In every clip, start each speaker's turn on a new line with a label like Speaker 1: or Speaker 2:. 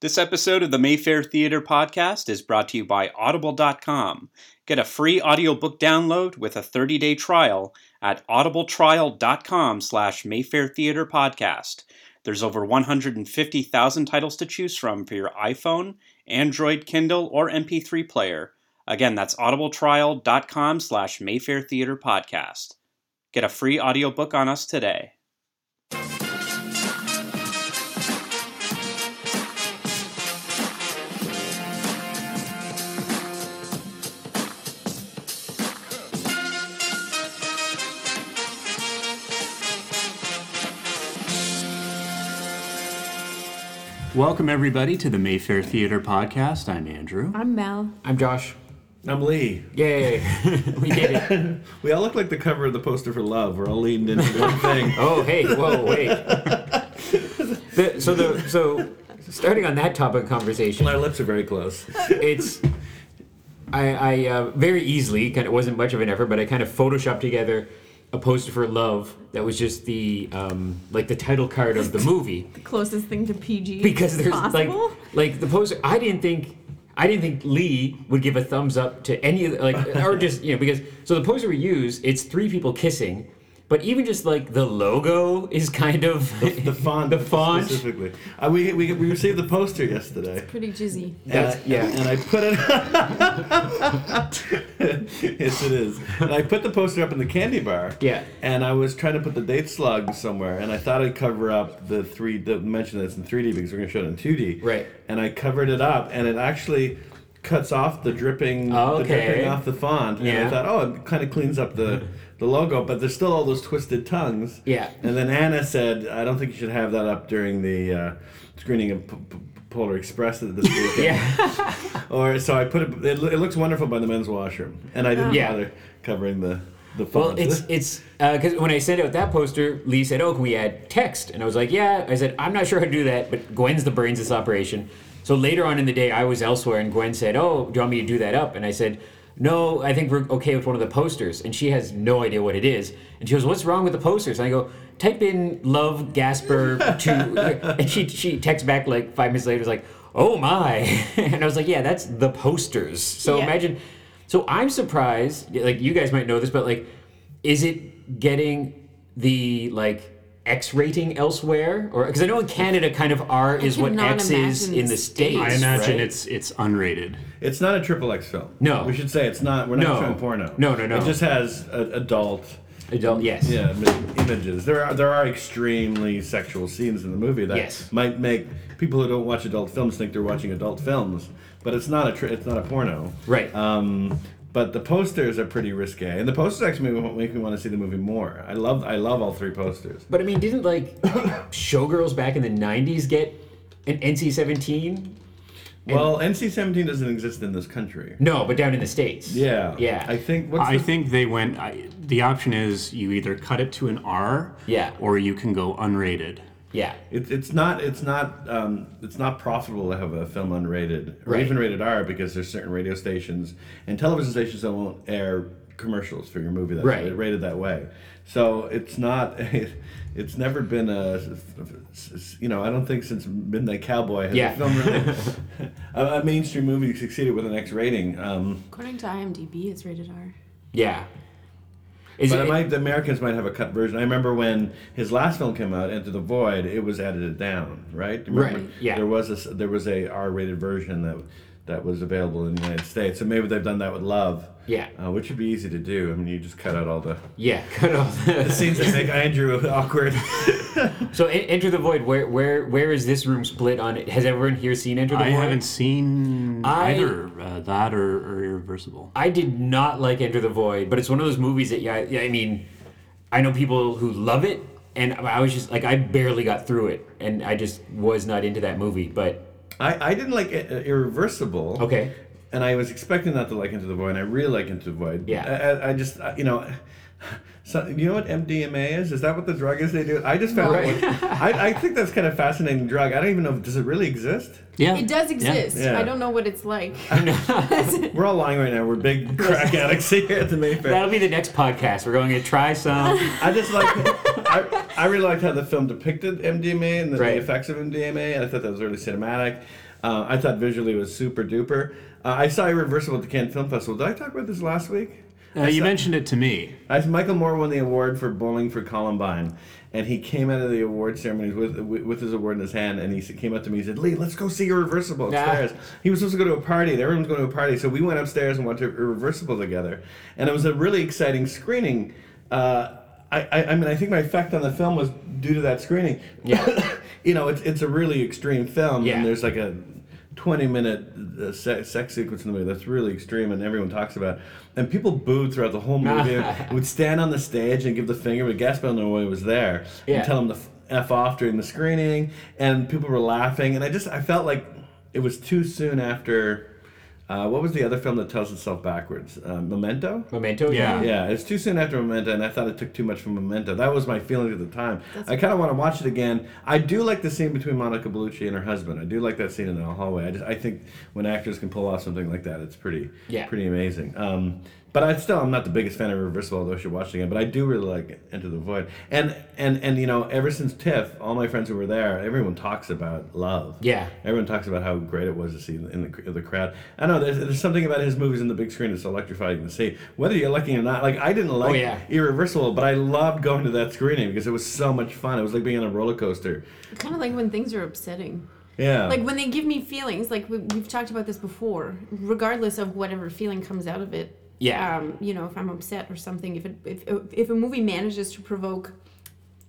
Speaker 1: This episode of the Mayfair Theater podcast is brought to you by Audible.com. Get a free audiobook download with a 30-day trial at audibletrial.com slash Mayfair Theater podcast. There's over 150,000 titles to choose from for your iPhone, Android, Kindle, or MP3 player. Again, that's audibletrial.com slash Mayfair Theater podcast. Get a free audiobook on us today. Welcome, everybody, to the Mayfair Theater podcast. I'm Andrew.
Speaker 2: I'm Mel.
Speaker 3: I'm Josh.
Speaker 4: I'm Lee.
Speaker 3: Yay. we did it.
Speaker 4: We all look like the cover of the poster for Love. We're all leaned into one thing.
Speaker 3: Oh, hey, whoa, wait. The- so the so starting on that topic of conversation,
Speaker 4: Our lips are very close.
Speaker 3: it's I, I uh, very easily kind of wasn't much of an effort, but I kind of photoshopped together a poster for Love that was just the um, like the title card of the movie.
Speaker 2: Closest thing to PG
Speaker 3: because there's
Speaker 2: possible.
Speaker 3: like like the poster i didn't think i didn't think lee would give a thumbs up to any of the, like or just you know because so the poster we use it's three people kissing but even just like the logo is kind of
Speaker 4: The font.
Speaker 3: the font
Speaker 4: Specifically. Uh, we, we, we received the poster yesterday.
Speaker 2: pretty jizzy.
Speaker 3: That's-
Speaker 4: Uh,
Speaker 3: yeah.
Speaker 4: And I put it. yes, it is. And I put the poster up in the candy bar.
Speaker 3: Yeah.
Speaker 4: And I was trying to put the date slug somewhere, and I thought I'd cover up the three. The mention that's in 3D because we're gonna show it in 2D.
Speaker 3: Right.
Speaker 4: And I covered it up, and it actually cuts off the dripping, the
Speaker 3: Oh, Okay.
Speaker 4: dripping off the font. And I
Speaker 3: Yeah.
Speaker 4: thought, oh, it kind of cleans up the. The logo, but there's still all those twisted tongues.
Speaker 3: Yeah.
Speaker 4: And then Anna said, "I don't think you should have that up during the uh, screening of P- P- Polar Express this weekend."
Speaker 3: yeah
Speaker 4: Or so I put it. It, loo- it looks wonderful by the men's washroom, and I didn't
Speaker 3: Yeah.
Speaker 4: bother covering the the
Speaker 3: well
Speaker 4: font.
Speaker 3: it's it's because when i sent out that poster lee said oh can we add text and i was like yeah i said i'm not sure how to do that but gwen's the brains of this operation so later on in the day i was elsewhere and gwen said oh do you want me to do that up and i said no i think we're okay with one of the posters and she has no idea what it is and she goes what's wrong with the posters and i go type in love gasper 2 and she she texts back like five minutes later is like oh my and i was like yeah that's the posters so
Speaker 2: Yeah.
Speaker 3: imagine so I'm surprised, like you guys might know this, but like, is it getting the like X rating elsewhere, or because I know in Canada, kind of R is what
Speaker 2: cannot
Speaker 3: X is
Speaker 2: imagine
Speaker 3: in the
Speaker 2: the
Speaker 3: states.
Speaker 2: States.
Speaker 1: I imagine
Speaker 3: right?
Speaker 1: it's it's unrated.
Speaker 4: it's not a triple X film.
Speaker 3: No.
Speaker 4: we should say it's not. We're not
Speaker 3: No.
Speaker 4: showing porno.
Speaker 3: No, no, no.
Speaker 4: It just has a, adult.
Speaker 3: adult. Yes.
Speaker 4: Yeah, mi- images. There are there are extremely sexual scenes in the movie that
Speaker 3: Yes.
Speaker 4: might make people who don't watch adult films think they're watching adult films, but it's not a tr- it's not a porno.
Speaker 3: Right.
Speaker 4: Um, but the posters are pretty risque, and the posters actually make, me- make me want to see the movie more. I love I love all three posters.
Speaker 3: but I mean, didn't like showgirls back in the '90s get an NC-17?
Speaker 4: well, NC-17 doesn't exist in this country.
Speaker 3: No, but down in the states.
Speaker 4: Yeah,
Speaker 3: Yeah.
Speaker 4: I think what's
Speaker 1: I
Speaker 4: the,
Speaker 1: think they went. I, the option is you either cut it to an R,
Speaker 3: Yeah.
Speaker 1: or you can go unrated.
Speaker 3: yeah.
Speaker 4: it, it's not it's not um, it's not profitable to have a film unrated or
Speaker 3: Right.
Speaker 4: even rated R because there's certain radio stations and television stations that won't air commercials for your movie that's
Speaker 3: Right.
Speaker 4: rated that way. So it's not it's never been a you know I don't think since Midnight Cowboy has
Speaker 3: Yeah.
Speaker 4: a film really, a, a mainstream movie succeeded with an X rating. Um,
Speaker 2: According to IMDb, it's rated R.
Speaker 3: Yeah. Is
Speaker 4: But
Speaker 3: it,
Speaker 4: it might, the Americans might have a cut version. I remember when his last film came out, Into the Void, it was edited down, right? Do you remember?
Speaker 3: Right, yeah.
Speaker 4: There was a s- there was a R-rated version that that was available in the United States. So maybe they've done that with Love.
Speaker 3: Yeah.
Speaker 4: Uh, which would be easy to do. I mean, you just cut out all the
Speaker 3: yeah. Cut off.
Speaker 4: scenes that make Andrew awkward.
Speaker 3: So En- Enter the Void. Where where where is this room split on it? Has everyone here seen Enter the
Speaker 1: I
Speaker 3: Void?
Speaker 1: haven't seen
Speaker 3: I-
Speaker 1: either uh, that or, or Irreversible.
Speaker 3: I did not like Enter the Void, but it's one of those movies that yeah, yeah, I mean, I know people who love it, and I was just like I barely got through it, and I just was not into that movie. But
Speaker 4: I, I didn't like it, uh, Irreversible.
Speaker 3: okay,
Speaker 4: and I was expecting not to like Into the Void, and I really like Into the Void.
Speaker 3: Yeah.
Speaker 4: I- I, I just, I- you know, so, you know what MDMA is? Is that what the drug is they do? I just found
Speaker 3: Right.
Speaker 4: out. what- I, I think that's kind of fascinating drug. I don't even know, if does it really exist?
Speaker 1: Yeah,
Speaker 2: It does exist.
Speaker 4: Yeah.
Speaker 2: I don't know what it's like.
Speaker 4: We're all lying right now. We're big crack addicts here at the Mayfair.
Speaker 3: that'll be the next podcast. We're going to try some.
Speaker 4: I just like, I, I really liked how the film depicted MDMA and the,
Speaker 3: Right.
Speaker 4: the effects of MDMA. I thought that was really cinematic. Uh, I thought visually it was super duper. Uh, I saw Irreversible at the Cannes Film Festival. Did I talk about this last week?
Speaker 5: Uh, you mentioned it to me.
Speaker 4: I, Michael Moore won the award for Bowling for Columbine, and he came out of the award ceremony with with his award in his hand, and he s- came up to me and said, "Lee, let's go see Irreversible
Speaker 3: Yeah.
Speaker 4: upstairs." He was supposed to go to a party, and everyone was going to a party, so we went upstairs and watched Irreversible together, and it was a really exciting screening. Uh, I, I, I mean, I think my effect on the film was due to that screening.
Speaker 3: Yeah.
Speaker 4: you know, it's, it's a really extreme film,
Speaker 3: Yeah.
Speaker 4: and there's like a 20 minute uh, se- sex sequence in the movie that's really extreme, and everyone talks about. it. And people booed throughout the whole movie. and would stand on the stage and give the finger, but Gaspar Noé was there
Speaker 3: Yeah.
Speaker 4: and tell him to f, f off during the screening, and people were laughing, and I just I felt like it was too soon after. Uh, what was the other film that tells itself backwards? Uh, Memento.
Speaker 3: Memento.
Speaker 5: Yeah.
Speaker 4: Yeah, it's too soon after Memento, and I thought it took too much from Memento. That was my feeling at the time. I kind of want to watch it again. I do like the scene between Monica Bellucci and her husband. I do like that scene in the hallway. I just I think when actors can pull off something like that, it's pretty
Speaker 3: Yeah.
Speaker 4: pretty amazing. Um, but I still I'm not the biggest fan of Reversible, although I should watch it again. But I do really like Enter the Void, and and and you know ever since TIFF, all my friends who were there, everyone talks about love.
Speaker 3: Yeah.
Speaker 4: Everyone talks about how great it was to see in the, in the crowd. I know there's, there's something about his movies on the big screen that's electrifying to see. Whether you're lucky or not, like I didn't like
Speaker 3: Oh, yeah.
Speaker 4: Irreversible, but I loved going to that screening because it was so much fun. It was like being on a roller coaster.
Speaker 2: kind of like when things are upsetting.
Speaker 4: Yeah.
Speaker 2: Like when they give me feelings, like we, we've talked about this before, regardless of whatever feeling comes out of it.
Speaker 3: Yeah.
Speaker 2: Um, you know, if I'm upset or something, if it, if if a movie manages to provoke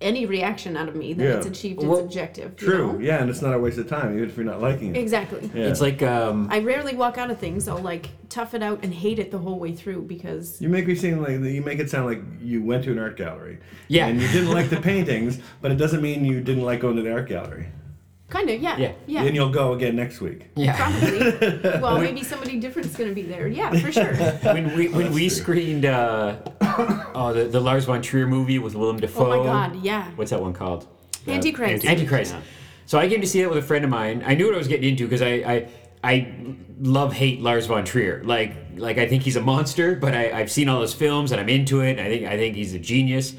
Speaker 2: any reaction out of me, then
Speaker 4: Yeah.
Speaker 2: it's achieved
Speaker 3: Well,
Speaker 2: its objective. you
Speaker 4: True.
Speaker 2: know?
Speaker 4: Yeah, and it's not a waste of time, even if you're not liking it.
Speaker 2: Exactly.
Speaker 4: Yeah.
Speaker 3: It's like um,
Speaker 2: I rarely walk out of things. I'll like tough it out and hate it the whole way through because
Speaker 4: You make me seem like you make it sound like you went to an art gallery.
Speaker 3: Yeah.
Speaker 4: And you didn't like the paintings, but it doesn't mean you didn't like going to the art gallery.
Speaker 2: kind of yeah
Speaker 3: Yeah.
Speaker 2: yeah.
Speaker 4: And you'll go again next week.
Speaker 3: yeah.
Speaker 2: Probably. well, maybe somebody different's gonna be there. Yeah, for sure.
Speaker 3: when we when we screened uh, oh the, the Lars von Trier movie with Willem Dafoe.
Speaker 2: Oh my God, yeah.
Speaker 3: What's that one called?
Speaker 2: Antichrist.
Speaker 3: Antichrist. So I came to see that with a friend of mine. I knew what I was getting into because I, I I love hate Lars von Trier. Like like I think he's a monster, but I, I've seen all his films and I'm into it. And I think I think he's a genius.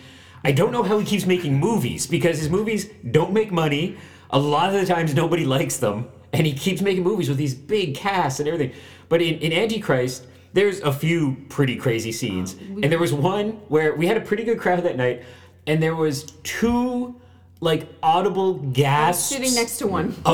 Speaker 3: I don't know how he keeps making movies because his movies don't make money. A lot of the times nobody likes them, and he keeps making movies with these big casts and everything. But in, in Antichrist, there's a few pretty crazy scenes, and there was one where we had a pretty good crowd that night, and there was two like audible gasps
Speaker 2: Sitting next to one.
Speaker 3: of, of,
Speaker 2: I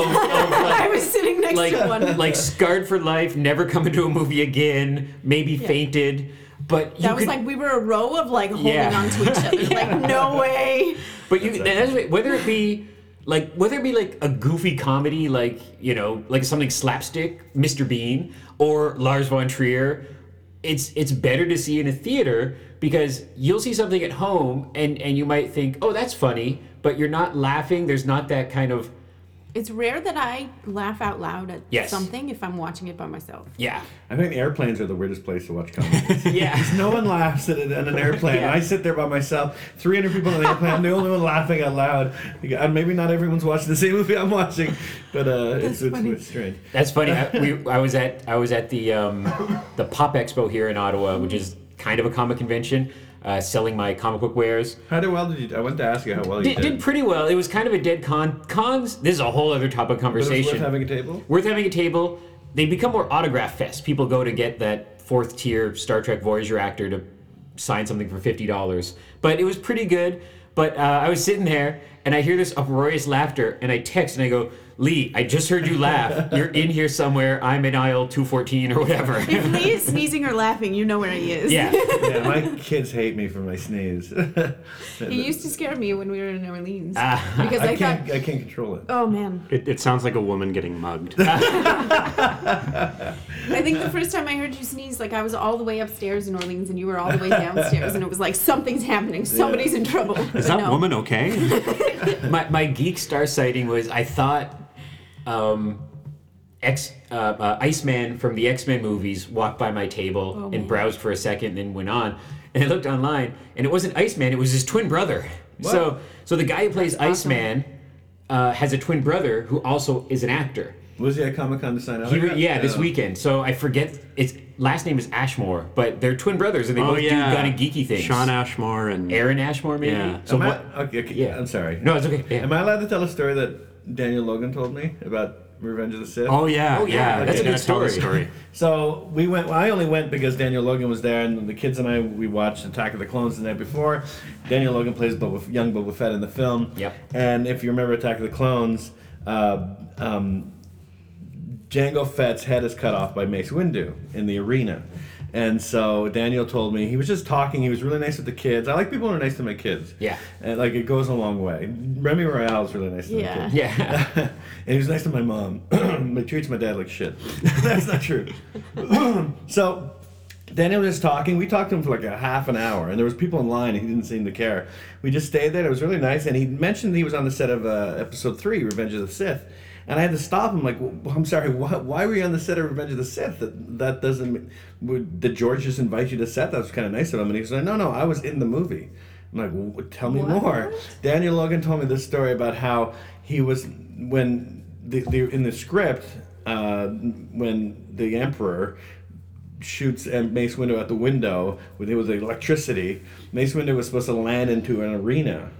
Speaker 3: Oh, like,
Speaker 2: was sitting next
Speaker 3: like,
Speaker 2: to one.
Speaker 3: like scarred for life, never coming to a movie again, maybe fainted. But you
Speaker 2: That was
Speaker 3: could,
Speaker 2: like we were a row of like holding
Speaker 3: Yeah.
Speaker 2: on to each other. Like no way.
Speaker 3: but you that's right, whether it be like whether it be like a goofy comedy, like you know, like something slapstick, Mr. Bean or Lars von Trier, it's it's better to see in a theater because you'll see something at home and and you might think, oh, that's funny, but you're not laughing. There's not that kind of
Speaker 2: It's rare that I laugh out loud at
Speaker 3: Yes.
Speaker 2: something if I'm watching it by myself.
Speaker 3: yeah,
Speaker 4: I think airplanes are the weirdest place to watch comedy.
Speaker 3: yeah.
Speaker 4: No one laughs at, at an airplane.
Speaker 3: Yeah.
Speaker 4: I sit there by myself, 300 people on an airplane. I'm the only one laughing out loud. And maybe not everyone's watching the same movie I'm watching, but uh, it's, it's,
Speaker 2: funny.
Speaker 4: it's strange.
Speaker 3: That's funny. I, we, I was at I was at the um, the Pop Expo here in Ottawa, which is kind of a comic convention, uh, selling my comic book wares.
Speaker 4: How did, well did you? I wanted to ask you how well you
Speaker 3: Did,
Speaker 4: did.
Speaker 3: did pretty well. It was kind of a dead con. Cons. This is a whole other topic of
Speaker 4: But it was
Speaker 3: conversation.
Speaker 4: worth having a table.
Speaker 3: Worth having a table. They become more autograph fest. People go to get that fourth tier Star Trek Voyager actor to sign something for fifty dollars. But it was pretty good. But uh, I was sitting there and I hear this uproarious laughter, and I text and I go, "Lee, I just heard you laugh. You're in here somewhere. I'm in aisle two fourteen or whatever."
Speaker 2: If Lee is sneezing or laughing, you know where he is.
Speaker 3: yeah.
Speaker 4: yeah, my kids hate me for my sneeze. I,
Speaker 2: He used to scare me when we were in New Orleans
Speaker 3: Ah,
Speaker 2: because I,
Speaker 4: can't.
Speaker 2: thought,
Speaker 4: I can't control it.
Speaker 2: oh man,
Speaker 5: It, it sounds like a woman getting mugged.
Speaker 2: I think the first time I heard you sneeze, like I was all the way upstairs in Orleans and you were all the way downstairs, and it was like something's happening, somebody's in trouble.
Speaker 5: Is that woman okay?
Speaker 3: my, my geek star sighting was I thought um, X uh, uh, Iceman from the X Men movies walked by my table and browsed for a second, and then went on. And I looked online, and it wasn't Iceman; it was his twin brother. So so the guy who plays Iceman uh, has a twin brother who also is an actor.
Speaker 4: Was he at Comic Con to sign Uh, out?
Speaker 3: He re- yeah, this weekend. So I forget its last name is Ashmore, but they're twin brothers and they
Speaker 5: Oh
Speaker 3: both
Speaker 5: yeah,
Speaker 3: do kind of geeky things.
Speaker 5: Sean Ashmore and
Speaker 3: Aaron Ashmore, maybe.
Speaker 5: Yeah.
Speaker 3: So
Speaker 4: Am I-
Speaker 3: what?
Speaker 4: okay, okay,
Speaker 3: yeah.
Speaker 4: I'm sorry.
Speaker 3: No, it's okay. Yeah.
Speaker 4: Am I allowed to tell a story that Daniel Logan told me about Revenge of the Sith?
Speaker 5: Oh yeah,
Speaker 3: Oh, yeah, that's
Speaker 5: you
Speaker 3: a
Speaker 5: gotta
Speaker 3: good
Speaker 5: tell the
Speaker 3: story.
Speaker 5: story.
Speaker 4: So we went. Well, I only went because Daniel Logan was there, and the kids and I we watched Attack of the Clones the night before. Daniel Logan plays Boba, young Boba Fett in the film.
Speaker 3: Yep.
Speaker 4: And if you remember Attack of the Clones, uh, um, Django Fett's head is cut off by Mace Windu in the arena. And so Daniel told me he was just talking. He was really nice with the kids. I like people who are nice to my kids.
Speaker 3: Yeah.
Speaker 4: And like it goes a long way. Remy Royale is really nice to my
Speaker 2: Yeah.
Speaker 4: kids
Speaker 3: yeah.
Speaker 4: and he was next to my mom. but treats my dad like shit. That's not true. so Daniel was just talking. We talked to him for like a half an hour, and there was people in line, and he didn't seem to care. We just stayed there. It was really nice, and he mentioned he was on the set of uh, episode three, Revenge of the Sith. And I had to stop him, like, "Well, I'm sorry, why, why were you on the set of Revenge of the Sith? That, that doesn't, mean- would, did George just invite you to set? That was kind of nice of him. And he was like, no, no, I was in the movie. I'm like, well, tell me
Speaker 2: What?
Speaker 4: more. Daniel Logan told me this story about how he was when the, the in the script uh, when the emperor shoots and Mace Windu out the window with it was electricity. Mace Windu was supposed to land into an arena,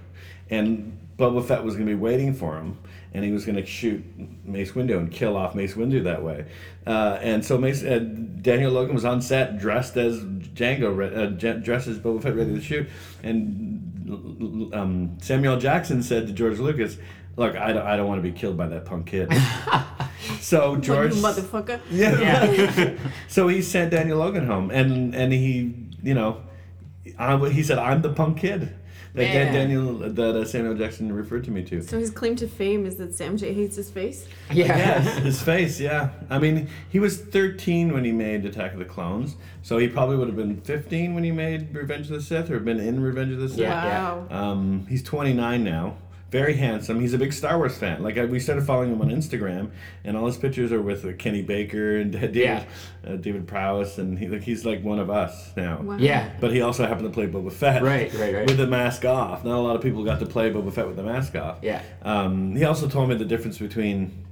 Speaker 4: and Boba Fett was going to be waiting for him, and he was going to shoot Mace Windu and kill off Mace Windu that way. Uh, and so Mace uh, Daniel Logan was on set dressed as Django, re- uh, J- dressed as Boba Fett, ready to shoot, and l- l- um, Samuel Jackson said to George Lucas, "Look, I don't, I don't want to be killed by that punk kid." so
Speaker 2: Like,
Speaker 4: George,
Speaker 2: you motherfucker.
Speaker 4: yeah.
Speaker 3: Yeah.
Speaker 4: So he sent Daniel Logan home, and and he, you know, I, he said, "I'm the punk kid." That
Speaker 3: Man.
Speaker 4: Dan- Daniel, that uh, Samuel Jackson referred to me to.
Speaker 2: So his claim to fame is that Sam J hates his face.
Speaker 3: yeah.
Speaker 4: Yes, his face. Yeah, I mean, he was 13 when he made Attack of the Clones, so he probably would have been 15 when he made Revenge of the Sith, or been in Revenge of the Sith.
Speaker 3: Yeah, yeah.
Speaker 2: wow.
Speaker 4: Um, he's 29 now. Very handsome. He's a big Star Wars fan. Like I, we started following him on Instagram, and all his pictures are with uh, Kenny Baker and David,
Speaker 3: Yeah.
Speaker 4: uh, David Prowse, and he, like, he's like one of us now.
Speaker 2: Wow.
Speaker 3: Yeah.
Speaker 4: But he also happened to play Boba Fett.
Speaker 3: Right, right, right.
Speaker 4: With the mask off. Not a lot of people got to play Boba Fett with the mask off.
Speaker 3: Yeah.
Speaker 4: Um, he also told me the difference between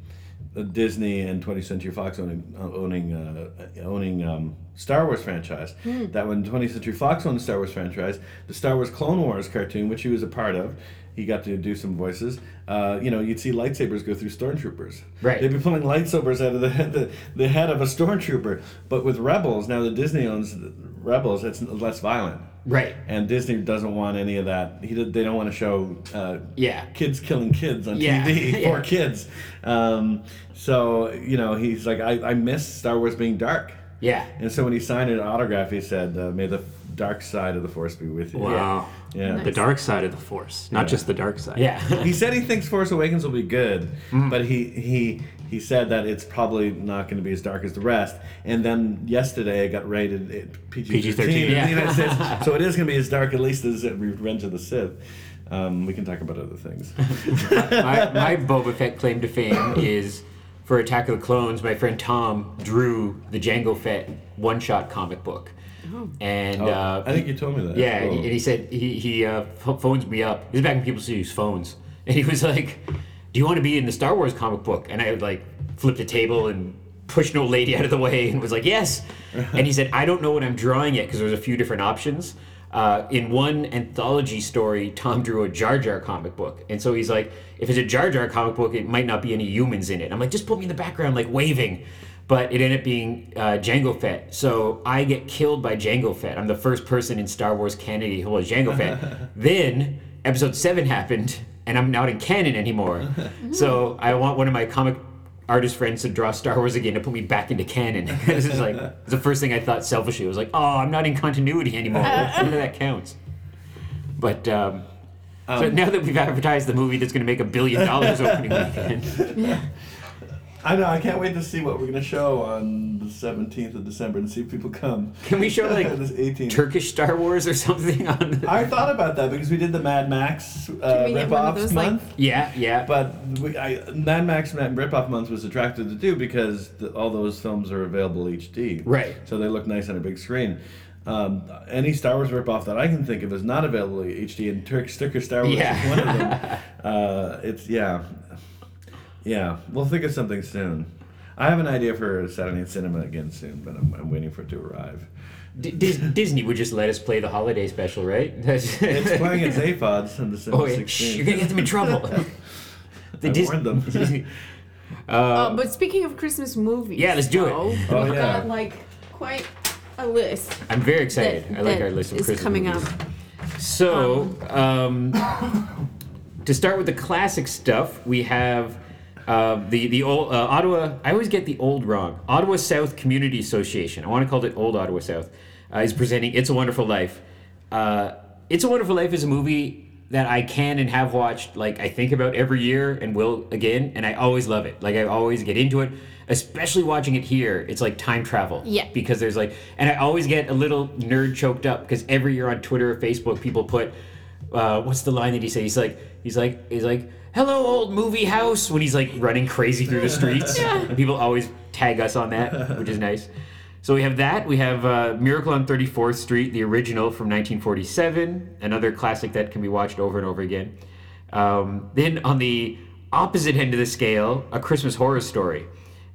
Speaker 4: the Disney and 20th Century Fox owning uh, owning uh, owning um, Star Wars franchise. That when 20th Century Fox owned the Star Wars franchise, the Star Wars Clone Wars cartoon, which he was a part of, he got to do some voices. Uh, you know, you'd see lightsabers go through stormtroopers.
Speaker 3: Right.
Speaker 4: They'd be pulling lightsabers out of the, the the head of a stormtrooper. But with Rebels, now that Disney owns Rebels, it's less violent.
Speaker 3: Right.
Speaker 4: And Disney doesn't want any of that. He did, they don't want to show uh,
Speaker 3: Yeah.
Speaker 4: kids killing kids on
Speaker 3: Yeah.
Speaker 4: TV
Speaker 3: Yeah.
Speaker 4: for kids. Um, so you know, he's like, I, I miss Star Wars being dark.
Speaker 3: Yeah.
Speaker 4: And so when he signed an autograph, he said, uh, "May the dark side of the force be with you."
Speaker 5: Wow.
Speaker 4: Yeah.
Speaker 5: The dark side of the force, not just the dark side.
Speaker 3: Yeah.
Speaker 4: He said he thinks Force Awakens will be good,
Speaker 3: Mm.
Speaker 4: but he he he said that it's probably not going to be as dark as the rest. And then yesterday it got rated at PG-13,
Speaker 5: PG-13,
Speaker 4: in
Speaker 3: yeah.
Speaker 4: the United States, so it is going to be as dark at least as Revenge of the Sith. Um, we can talk about other things.
Speaker 3: my, my Boba Fett claim to fame is for Attack of the Clones. My friend Tom drew the Django Fett one shot comic book, and uh,
Speaker 4: I think you told me that. Oh.
Speaker 3: yeah, and
Speaker 4: Cool.
Speaker 3: he- and he said he he uh, ph- phones me up. This is back when people still use phones, and he was like, "Do you want to be in the Star Wars comic book?" And I would like flipped a table and pushed an old lady out of the way and was like, "Yes." and he said, "I don't know what I'm drawing yet because there was a few different options." Uh, in one anthology story, Tom drew a Jar Jar comic book, and so he's like, "If it's a Jar Jar comic book, it might not be any humans in it." I'm like, "Just put me in the background, like waving." but it ended up being uh, Django Fett. So I get killed by Django Fett. I'm the first person in Star Wars canon who was Django Fett. then Episode Seven happened, and I'm not in canon anymore. so I want one of my comic artist friends to draw Star Wars again to put me back into canon. this is like it's the first thing I thought selfishly. It was like, oh, I'm not in continuity anymore. None of that counts. But. Um, so now that we've advertised the movie that's going to make a billion dollars opening weekend,
Speaker 4: I know. I can't wait to see what we're gonna show on the seventeenth of December and see if people come.
Speaker 3: can we show like
Speaker 4: this eighteenth?
Speaker 3: Turkish Star Wars or something on the-
Speaker 4: I thought about that because we did the Mad Max uh,
Speaker 2: we get one of
Speaker 4: ripoffs
Speaker 2: those, like-
Speaker 4: month,
Speaker 3: Yeah, yeah.
Speaker 4: but we, I, Mad Max Mad ripoff month was attractive to do because the, all those films are available HD.
Speaker 3: Right.
Speaker 4: So they look nice on a big screen. Um, any Star Wars ripoff that I can think of is not available HD, and Turk Sticker Star Wars
Speaker 3: Yeah.
Speaker 4: is one of them. uh, it's yeah. Yeah, we'll think of something soon. I have an idea for Saturday Night Cinema again soon, but I'm, I'm waiting for it to arrive.
Speaker 3: D- Dis- Disney would just let us play the holiday special, right?
Speaker 4: It's playing at Zaphod's on December
Speaker 3: oh, yeah. Shh,
Speaker 4: 16th.
Speaker 3: you're gonna get them in trouble. the
Speaker 4: I warned them.
Speaker 2: Uh, but speaking of Christmas movies,
Speaker 3: Yeah, let's do it.
Speaker 2: though,
Speaker 4: Oh,
Speaker 2: we've
Speaker 4: yeah.
Speaker 2: got like quite a list
Speaker 3: I'm very excited.
Speaker 2: that,
Speaker 3: I like
Speaker 2: that
Speaker 3: our list of
Speaker 2: is
Speaker 3: Christmas
Speaker 2: coming
Speaker 3: movies.
Speaker 2: up.
Speaker 3: So, um, to start with the classic stuff, we have uh, the the old uh, Ottawa. I always get the old wrong. Ottawa South Community Association. I want to call it Old Ottawa South. Uh, is presenting It's a Wonderful Life. Uh, it's a Wonderful Life is a movie that I can and have watched. Like I think about every year and will again, and I always love it. Like I always get into it. Especially watching it here, it's like time travel.
Speaker 2: Yeah.
Speaker 3: Because there's like, and I always get a little nerd choked up because every year on Twitter or Facebook, people put uh, what's the line that he said? He's like, he's like, he's like, hello, old movie house, when he's like running crazy through the streets. And people always tag us on that, which is nice. So we have that. We have uh, Miracle on 34th Street, the original from 1947, another classic that can be watched over and over again. Um, then on the opposite end of the scale, A Christmas Horror Story.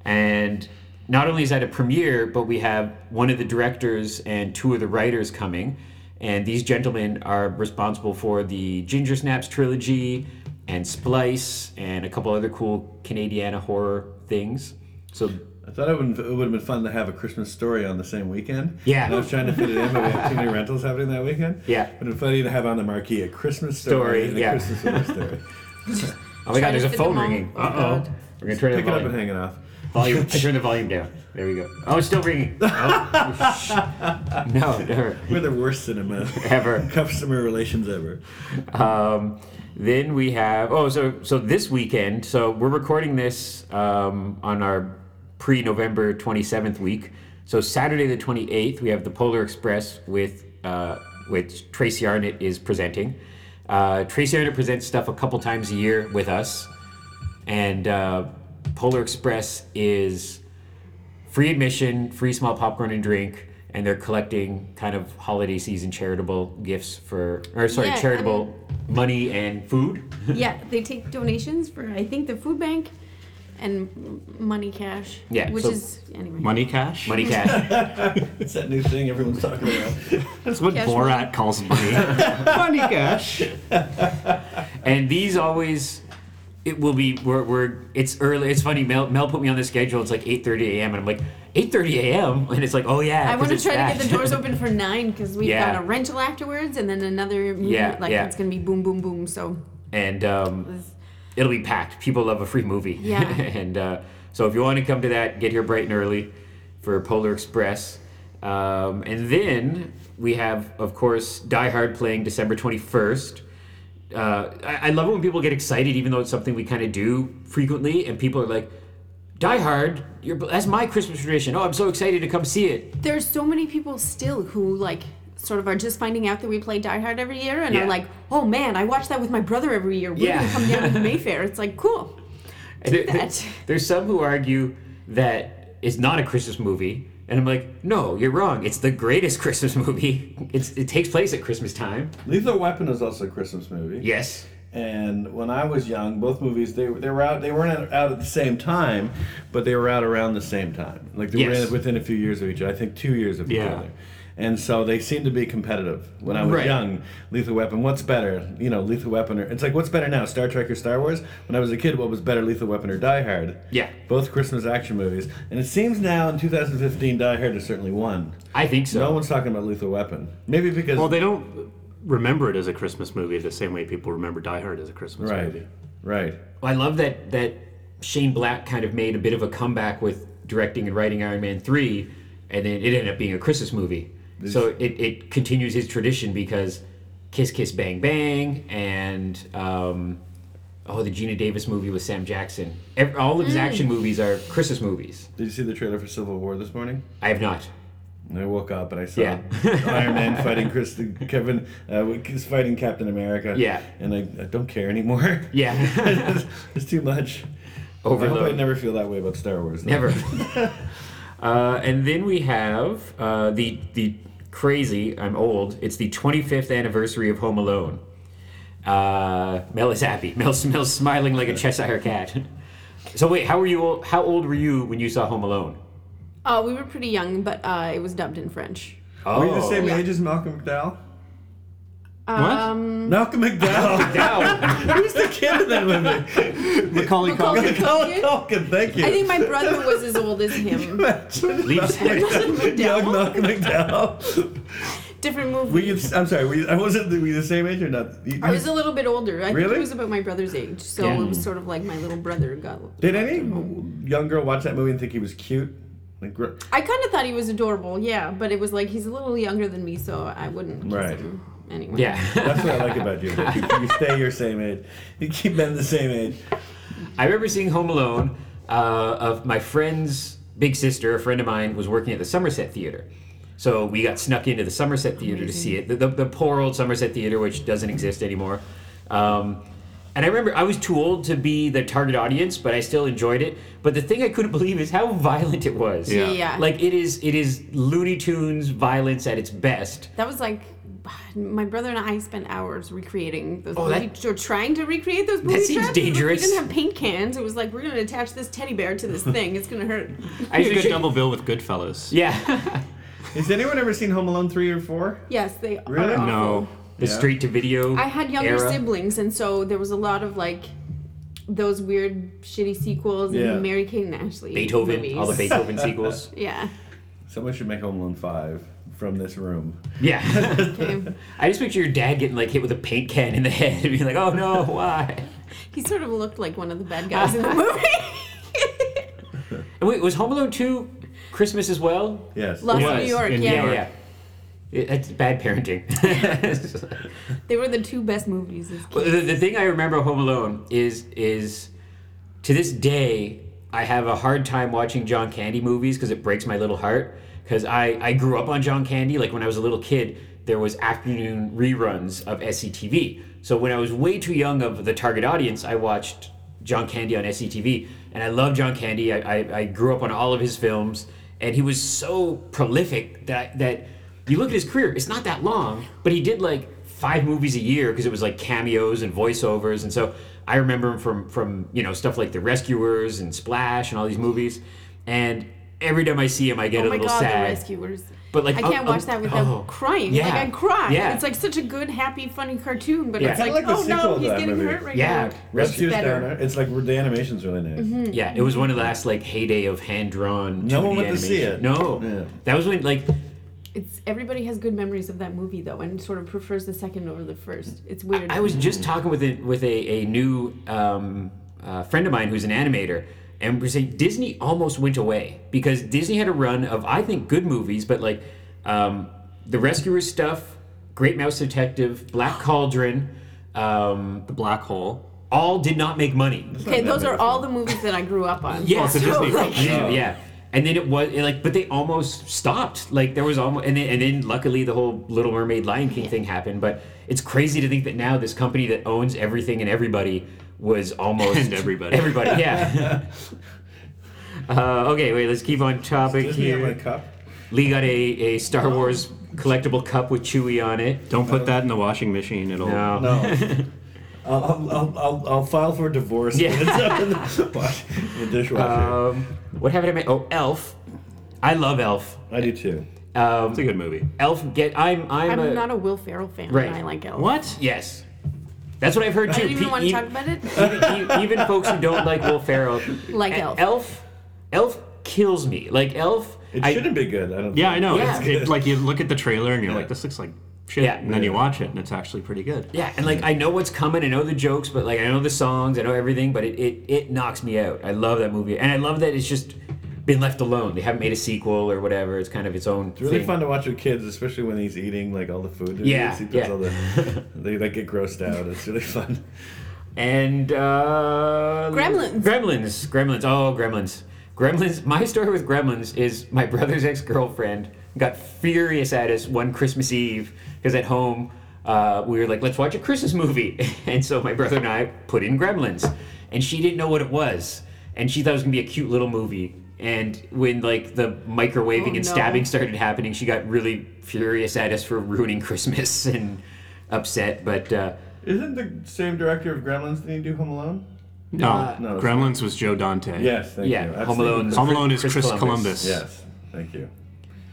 Speaker 3: And not only is that a premiere, but we have one of the directors and two of the writers coming. And these gentlemen are responsible for the Ginger Snaps trilogy and Splice and a couple other cool Canadiana horror things. So,
Speaker 4: I thought it would, it would have been fun to have a Christmas story on the same weekend.
Speaker 3: Yeah.
Speaker 4: And I was trying to fit it in, but we had too many rentals happening that weekend.
Speaker 3: Yeah.
Speaker 4: It would have been funny to have on the marquee a Christmas
Speaker 3: Story,
Speaker 4: story, and
Speaker 3: yeah.
Speaker 4: a Christmas horror story.
Speaker 3: oh my
Speaker 2: Try to
Speaker 3: God, there's a
Speaker 2: fit them
Speaker 3: phone
Speaker 2: all.
Speaker 3: ringing.
Speaker 2: Oh,
Speaker 3: Uh oh.
Speaker 2: God.
Speaker 3: We're going to turn
Speaker 4: Pick
Speaker 3: it
Speaker 4: it up and
Speaker 3: volume.
Speaker 4: hang it off.
Speaker 3: volume. I turned the volume down. There we go. Oh, it's still ringing. Oh, shh. No, never.
Speaker 4: We're the worst cinema
Speaker 3: Ever.
Speaker 4: Customer relations ever.
Speaker 3: Um, then we have oh so so this weekend so we're recording this um, on our pre-November 27th week so Saturday the 28th we have the Polar Express with uh, which Tracy Arnett is presenting uh, Tracy Arnett presents stuff a couple times a year with us and uh, Polar Express is free admission, free small popcorn and drink, and they're collecting kind of holiday season charitable gifts for, or sorry,
Speaker 2: Yeah, I
Speaker 3: charitable money and food.
Speaker 2: yeah, they take donations for I think the food bank and m- money cash.
Speaker 3: Yeah,
Speaker 2: which
Speaker 3: so-
Speaker 2: is anyway.
Speaker 5: Money cash?
Speaker 3: Money cash.
Speaker 4: It's that new thing everyone's talking about.
Speaker 5: That's what
Speaker 2: Cash
Speaker 5: Borat
Speaker 2: money.
Speaker 5: calls money. money cash.
Speaker 3: and these always, it will be, we're, we're it's early, it's funny, Mel, Mel put me on the schedule, it's like 8.30 a.m. and I'm like, 8.30 a.m.? And it's like, oh yeah.
Speaker 2: I
Speaker 3: 'cause
Speaker 2: want to
Speaker 3: it's
Speaker 2: try to
Speaker 3: that.
Speaker 2: get the doors open for nine because we've
Speaker 3: Yeah.
Speaker 2: got a rental afterwards and then another. Movie,
Speaker 3: Yeah,
Speaker 2: like
Speaker 3: yeah.
Speaker 2: it's gonna be boom, boom, boom. So
Speaker 3: and um, it'll be packed. People love a free movie.
Speaker 2: Yeah.
Speaker 3: and uh, so if you want to come to that, get here bright and early for Polar Express. Um, and then we have, of course, Die Hard playing December 21st. Uh, I, I love it when people get excited, even though it's something we kind of do frequently, and people are like, Die Hard, you're, that's my Christmas tradition. Oh, I'm so excited to come see it.
Speaker 2: there's so many people still who like sort of are just finding out that we play Die Hard every year and
Speaker 3: Yeah.
Speaker 2: are like, oh man, I watch that with my brother every year. We're
Speaker 3: Yeah.
Speaker 2: gonna come down to the Mayfair. It's like cool.
Speaker 3: There-
Speaker 2: that.
Speaker 3: There's some who argue that it's not a Christmas movie, and I'm like, no, you're wrong. It's the greatest Christmas movie. It's, it takes place at Christmas time.
Speaker 4: Lethal Weapon is also a Christmas movie.
Speaker 3: Yes.
Speaker 4: And when I was young, both movies they they were out they weren't out at the same time, but they were out around the same time. Like they
Speaker 3: Yes.
Speaker 4: were within a few years of each other. I think two years of each
Speaker 5: Yeah.
Speaker 4: other. And so they seemed to be competitive. When I was
Speaker 3: Right.
Speaker 4: young, Lethal Weapon, what's better? You know, Lethal Weapon or it's like what's better now, Star Trek or Star Wars? When I was a kid, what was better, Lethal Weapon or Die Hard?
Speaker 3: Yeah.
Speaker 4: Both Christmas action movies. And it seems now in 2015, Die Hard is certainly won.
Speaker 3: I think so.
Speaker 4: No one's talking about Lethal Weapon. Maybe because
Speaker 5: Well, they don't remember it as a Christmas movie the same way people remember Die Hard as a Christmas
Speaker 4: right,
Speaker 5: movie.
Speaker 4: right.
Speaker 3: I love that that Shane Black kind of made a bit of a comeback with directing and writing Iron Man three, and then it ended up being a Christmas movie. So it, it continues his tradition because Kiss Kiss Bang Bang and um, oh the Gina Davis movie with Sam Jackson. Ev all of his action movies are Christmas movies.
Speaker 4: Did you see the trailer for Civil War this morning?
Speaker 3: I have not.
Speaker 4: And I woke up and I saw
Speaker 3: Yeah.
Speaker 4: Iron Man fighting Chris, Kevin, uh, he's fighting Captain America.
Speaker 3: Yeah.
Speaker 4: And I, I don't care anymore.
Speaker 3: Yeah,
Speaker 4: it's, it's too much. I hope I
Speaker 3: overload.
Speaker 4: never feel that way about Star Wars. though.
Speaker 3: Never. uh, and then we have uh, the the crazy. I'm old. It's the 25th anniversary of Home Alone. Uh, Mel is happy. Mel Mel's smiling like a Cheshire cat. So wait, how were you? ol- How old were you when you saw Home Alone?
Speaker 2: Uh, we were pretty young, but uh, it was dubbed in French.
Speaker 3: Oh,
Speaker 4: Were you the same
Speaker 2: Yeah.
Speaker 4: age as Malcolm McDowell?
Speaker 5: Um,
Speaker 4: Malcolm McDowell.
Speaker 3: Now,
Speaker 4: Who's the kid in that movie?
Speaker 5: what?
Speaker 2: Macaulay
Speaker 5: Macaulay Culkin.
Speaker 4: Macaulay
Speaker 2: Culkin?
Speaker 4: Culkin. Thank you.
Speaker 2: I think my brother was as old as him.
Speaker 5: Leaves
Speaker 4: Young Malcolm McDowell.
Speaker 2: Different movie.
Speaker 4: Were you, I'm sorry. Were you, I wasn't. Were you the same age or not? You-
Speaker 2: I was a little bit older. I think
Speaker 4: Really?
Speaker 2: it was about my brother's age, so
Speaker 3: Yeah.
Speaker 2: it was sort of like my little brother got.
Speaker 4: did any young girl watch that movie and think he was cute? Like, gr-
Speaker 2: I kind of thought he was adorable, yeah, but it was like he's a little younger than me, so I wouldn't kiss
Speaker 4: Right.
Speaker 2: him anyway.
Speaker 3: Oh. yeah.
Speaker 4: that's what I like about you. That You, you stay your same age. You keep them the same age.
Speaker 3: I remember seeing Home Alone uh, of my friend's big sister, a friend of mine, was working at the Somerset Theater. So we got snuck into the Somerset Theater to see it, the, the, the poor old Somerset Theater, which doesn't exist anymore. Um, and I remember I was too old to be the target audience, but I still enjoyed it. But the thing I couldn't believe is how violent it was.
Speaker 5: Yeah.
Speaker 2: Yeah.
Speaker 3: Like it is, it is Looney Tunes violence at its best.
Speaker 2: That was like my brother and I spent hours recreating those
Speaker 3: Oh,
Speaker 2: booby
Speaker 3: that-
Speaker 2: or trying to recreate those booby
Speaker 3: seems
Speaker 2: traps. but
Speaker 3: dangerous.
Speaker 2: We didn't have paint cans. It was like we're gonna attach this teddy bear to this thing. It's gonna hurt.
Speaker 3: I used to
Speaker 5: It's a good
Speaker 3: shake-
Speaker 5: double bill with Goodfellas.
Speaker 3: Yeah.
Speaker 4: Has anyone ever seen Home Alone three or four?
Speaker 2: Yes, they
Speaker 4: Really?
Speaker 2: are. awful.
Speaker 5: No.
Speaker 3: the
Speaker 4: Yeah.
Speaker 3: straight to video.
Speaker 2: I had younger
Speaker 3: era.
Speaker 2: siblings, and so there was a lot of like those weird shitty sequels
Speaker 4: Yeah.
Speaker 2: and Mary Kate and Ashley.
Speaker 3: Beethoven,
Speaker 2: movies.
Speaker 3: all the Beethoven sequels.
Speaker 2: Yeah.
Speaker 4: Someone should make Home Alone five from this room.
Speaker 3: Yeah.
Speaker 2: Okay.
Speaker 3: I just picture your dad getting like hit with a paint can in the head and being like, "Oh no, why?"
Speaker 2: he sort of looked like one of the bad guys in the movie.
Speaker 3: And wait, was Home Alone two Christmas as well?
Speaker 4: Yes.
Speaker 2: Lost in
Speaker 5: was
Speaker 2: New York,
Speaker 5: in New
Speaker 2: yeah.
Speaker 5: York.
Speaker 3: Yeah, It- that's bad parenting. It's just like-
Speaker 2: They were the two best movies as kids.
Speaker 3: But the, the thing I remember of Home Alone is is to this day I have a hard time watching John Candy movies because it breaks my little heart. Because I I grew up on John Candy. Like when I was a little kid, there was afternoon reruns of SCTV. So when I was way too young of the target audience, I watched John Candy on SCTV, and I love John Candy. I, I, I grew up on all of his films, and he was so prolific that that you look at his career; it's not that long, but he did like five movies a year because it was like cameos and voiceovers, and so I remember him from from you know stuff like The Rescuers and Splash and all these movies, and every time I see him, I get
Speaker 2: Oh
Speaker 3: a
Speaker 2: my
Speaker 3: little
Speaker 2: god,
Speaker 3: sad.
Speaker 2: the rescuers.
Speaker 3: But, like,
Speaker 2: I
Speaker 3: oh,
Speaker 2: can't
Speaker 3: oh,
Speaker 2: watch that without
Speaker 3: oh.
Speaker 2: crying.
Speaker 3: Yeah.
Speaker 2: Like I cry.
Speaker 3: Yeah.
Speaker 2: It's like such a good, happy, funny cartoon, but
Speaker 3: Yeah.
Speaker 2: it's
Speaker 3: Kinda
Speaker 2: like,
Speaker 4: like the
Speaker 2: oh no,
Speaker 4: sequel to
Speaker 2: he's
Speaker 4: that
Speaker 2: getting
Speaker 4: movie.
Speaker 2: hurt right
Speaker 3: Yeah,
Speaker 2: now.
Speaker 4: Rescue's
Speaker 2: better.
Speaker 4: down there. It's like the animation's really nice.
Speaker 3: Yeah, it was one of the last like heyday of hand drawn.
Speaker 4: No one went to see it.
Speaker 3: No,
Speaker 4: Yeah.
Speaker 3: that was when like
Speaker 2: It's everybody has good memories of that movie though, and sort of prefers the second over the first. It's weird.
Speaker 3: I was just talking with a, with a, a new um, uh, friend of mine who's an animator, and we're saying Disney almost went away because Disney had a run of I think good movies, but like um, the Rescuers stuff, Great Mouse Detective, Black Cauldron, um,
Speaker 5: The Black Hole.
Speaker 3: all did not make money.
Speaker 2: okay. Those are all the movies that I grew up on.
Speaker 3: Yeah,
Speaker 5: it's a Disney
Speaker 2: like-
Speaker 5: film.
Speaker 3: Yeah, yeah. And then it was it, like, but they almost stopped. Like there was almost, and then, and then luckily the whole Little Mermaid, Lion King thing happened. But it's crazy to think that now this company that owns everything and everybody was almost
Speaker 5: And everybody.
Speaker 3: everybody. Yeah. uh, okay, wait. Let's keep on topic
Speaker 4: Disney have
Speaker 3: here.
Speaker 4: a cup.
Speaker 3: Lee got a, a Star Wars collectible cup with Chewie on it.
Speaker 5: Don't put that in the washing machine. It'll.
Speaker 3: No.
Speaker 4: No. I'll, I'll, I'll, I'll, I'll file for divorce.
Speaker 3: Yeah.
Speaker 4: It's up in the, wash- in the
Speaker 5: Uh,
Speaker 4: dishwasher.
Speaker 3: Um, what happened to my? Oh, Elf. I love Elf.
Speaker 4: I do too.
Speaker 5: It's a good movie.
Speaker 3: Elf. Get. I'm. I'm,
Speaker 2: I'm
Speaker 3: a-
Speaker 2: not a Will Ferrell fan.
Speaker 3: Right.
Speaker 2: But I like Elf.
Speaker 5: What?
Speaker 3: Yes. That's what I've heard
Speaker 2: I
Speaker 3: too.
Speaker 2: don't even
Speaker 3: Pe-
Speaker 2: want to
Speaker 3: e-
Speaker 2: talk about it.
Speaker 3: even, even folks who don't like Will Ferrell,
Speaker 2: Like
Speaker 3: E-
Speaker 2: Elf.
Speaker 3: Elf, Elf kills me. Like Elf,
Speaker 4: It
Speaker 3: I-
Speaker 4: shouldn't be good. I don't.
Speaker 5: Yeah, I know.
Speaker 3: Yeah.
Speaker 5: It's, it's like you look at the trailer and you're like, this looks like shit.
Speaker 3: Yeah.
Speaker 5: And then you
Speaker 4: Yeah.
Speaker 5: watch it and it's actually pretty good.
Speaker 3: yeah, and like I know what's coming, I know the jokes, but like I know the songs, I know everything, but it it, it knocks me out. I love that movie, and I love that it's just been left alone. They haven't made a sequel or whatever. It's kind of its own.
Speaker 4: It's really
Speaker 3: thing.
Speaker 4: fun to watch with kids, especially when he's eating like all the food. that he
Speaker 3: Yeah,
Speaker 4: eats. He puts
Speaker 3: yeah.
Speaker 4: all the, they like get grossed out. It's really fun.
Speaker 3: And uh,
Speaker 2: Gremlins.
Speaker 3: Gremlins. Gremlins. Oh, Gremlins. Gremlins. My story with Gremlins is my brother's ex girlfriend got furious at us one Christmas Eve because at home uh, we were like, let's watch a Christmas movie. And so my brother and I put in Gremlins. And she didn't know what it was. And she thought it was going to be a cute little movie. And when like the microwaving
Speaker 2: Oh,
Speaker 3: and
Speaker 2: no.
Speaker 3: stabbing started happening, she got really furious at us for ruining Christmas and upset. But uh,
Speaker 4: Isn't the same director of Gremlins? Did he do Home Alone?
Speaker 5: No,
Speaker 4: No, it's
Speaker 5: Gremlins was Joe Dante.
Speaker 4: Yes, thank
Speaker 3: Yeah,
Speaker 4: you. I was
Speaker 3: Home Alone.
Speaker 4: thinking-
Speaker 5: Home Alone is
Speaker 3: Chris
Speaker 5: Chris,
Speaker 3: Columbus.
Speaker 5: Columbus.
Speaker 4: Yes, thank you.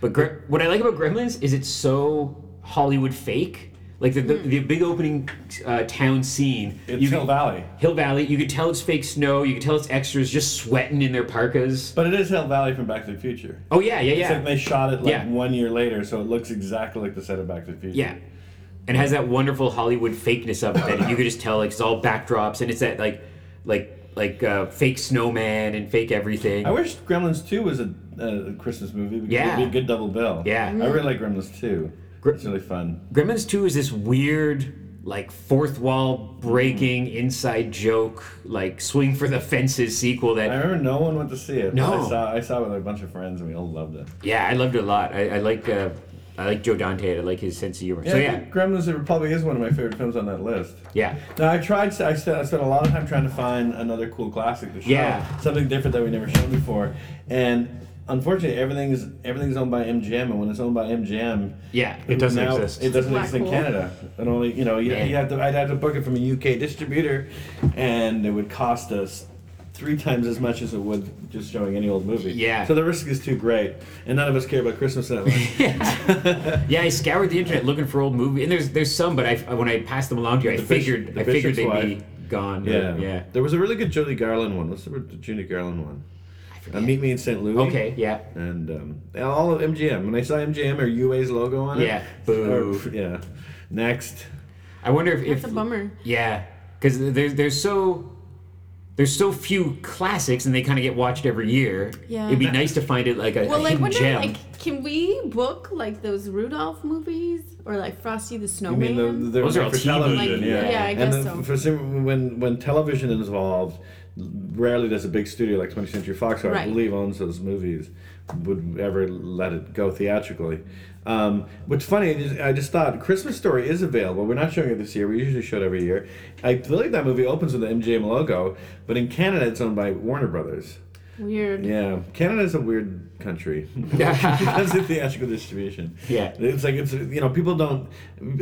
Speaker 3: But Gre- what I like about Gremlins is it's so Hollywood fake. Like the, the, the big opening uh, town scene.
Speaker 4: It's
Speaker 3: you
Speaker 4: Hill
Speaker 3: could-
Speaker 4: Valley.
Speaker 3: Hill Valley. You could tell it's fake snow. You could tell it's extras just sweating in their parkas.
Speaker 4: But it is Hill Valley from Back to the Future.
Speaker 3: Oh yeah, yeah,
Speaker 4: Except
Speaker 3: yeah,
Speaker 4: they shot it like
Speaker 3: Yeah.
Speaker 4: one year later, so it looks exactly like the set of Back to the Future.
Speaker 3: yeah. And it has that wonderful Hollywood fakeness of it that you could just tell. Like it's all backdrops, and it's that like, like, like uh, fake snowman and fake everything.
Speaker 4: I wish Gremlins 2 was a, a Christmas movie because
Speaker 3: Yeah.
Speaker 4: it'd be a good double bill.
Speaker 3: Yeah.
Speaker 4: I really like Gremlins 2.
Speaker 3: Gr-
Speaker 4: it's really fun.
Speaker 3: Gremlins 2 is this weird, like, fourth wall breaking inside joke, like, swing for the fences sequel
Speaker 4: I
Speaker 3: that,
Speaker 4: remember no one went to see it. but
Speaker 3: No.
Speaker 4: I saw I saw it with a bunch of friends and we all loved it.
Speaker 3: yeah, I loved it a lot. I, I like, uh, I like Joe Dante. I like his sense of humor.
Speaker 4: Yeah,
Speaker 3: so,
Speaker 4: I
Speaker 3: yeah.
Speaker 4: think Gremlins it probably is one of my favorite films on that list.
Speaker 3: Yeah.
Speaker 4: Now I tried. I spent, I spent a lot of time trying to find another cool classic to show,
Speaker 3: Yeah.
Speaker 4: something different that we never shown before, and unfortunately, everything's everything's owned by MGM, and when it's owned by MGM,
Speaker 3: Yeah.
Speaker 5: It doesn't
Speaker 4: now
Speaker 5: exist.
Speaker 4: It doesn't
Speaker 2: Black
Speaker 4: exist in
Speaker 2: hole.
Speaker 4: Canada, and only you know you,
Speaker 3: Man.
Speaker 4: you have to. I'd have to book it from a UK distributor, and it would cost us. Three times as much as it would just showing any old movie.
Speaker 3: Yeah.
Speaker 4: So the risk is too great, and none of us care about Christmas that much.
Speaker 3: Yeah, I scoured the internet looking for old movies. And there's there's some, but I, when I passed them along to you, I
Speaker 4: The Bishop-
Speaker 3: figured,
Speaker 4: the
Speaker 3: I figured
Speaker 4: Bishop's
Speaker 3: they'd be
Speaker 4: Wife.
Speaker 3: gone.
Speaker 4: Yeah.
Speaker 3: Yeah.
Speaker 4: There was a really good Judy Garland one. What's the the Judy Garland one? Uh,
Speaker 3: forget.
Speaker 4: Meet Me in St. Louis.
Speaker 3: Okay, yeah.
Speaker 4: And um, all of MGM. When I saw MGM or UA's logo on it.
Speaker 3: Yeah, boo.
Speaker 4: or- yeah. Next.
Speaker 3: I wonder if.
Speaker 2: That's
Speaker 3: if
Speaker 2: a bummer.
Speaker 3: Yeah, because there's there's so there's so few classics, and they kind of get watched every year.
Speaker 2: Yeah.
Speaker 3: it'd be nice to find it like a,
Speaker 2: Well,
Speaker 3: a
Speaker 2: like,
Speaker 3: hidden
Speaker 2: wonder,
Speaker 3: gem.
Speaker 2: like, can we book like those Rudolph movies or like Frosty the
Speaker 4: I
Speaker 2: Snowman?
Speaker 4: mean, the, the,
Speaker 3: Those are all
Speaker 4: for
Speaker 3: TV.
Speaker 4: television.
Speaker 2: Like,
Speaker 4: yeah.
Speaker 2: yeah, I
Speaker 4: and
Speaker 2: guess
Speaker 4: then
Speaker 2: so.
Speaker 4: for some, when when television is involved, rarely does a big studio like 20th Century Fox, who I
Speaker 2: Right.
Speaker 4: believe owns those movies, would ever let it go theatrically. Um, what's funny, I just, I just thought Christmas Story is available. We're not showing it this year. We usually show it every year. I believe that movie opens with the MGM logo, but in Canada, it's owned by Warner Brothers.
Speaker 2: Weird.
Speaker 4: Yeah, Canada's a weird country. That's the theatrical distribution.
Speaker 3: Yeah.
Speaker 4: it's like it's you know people don't.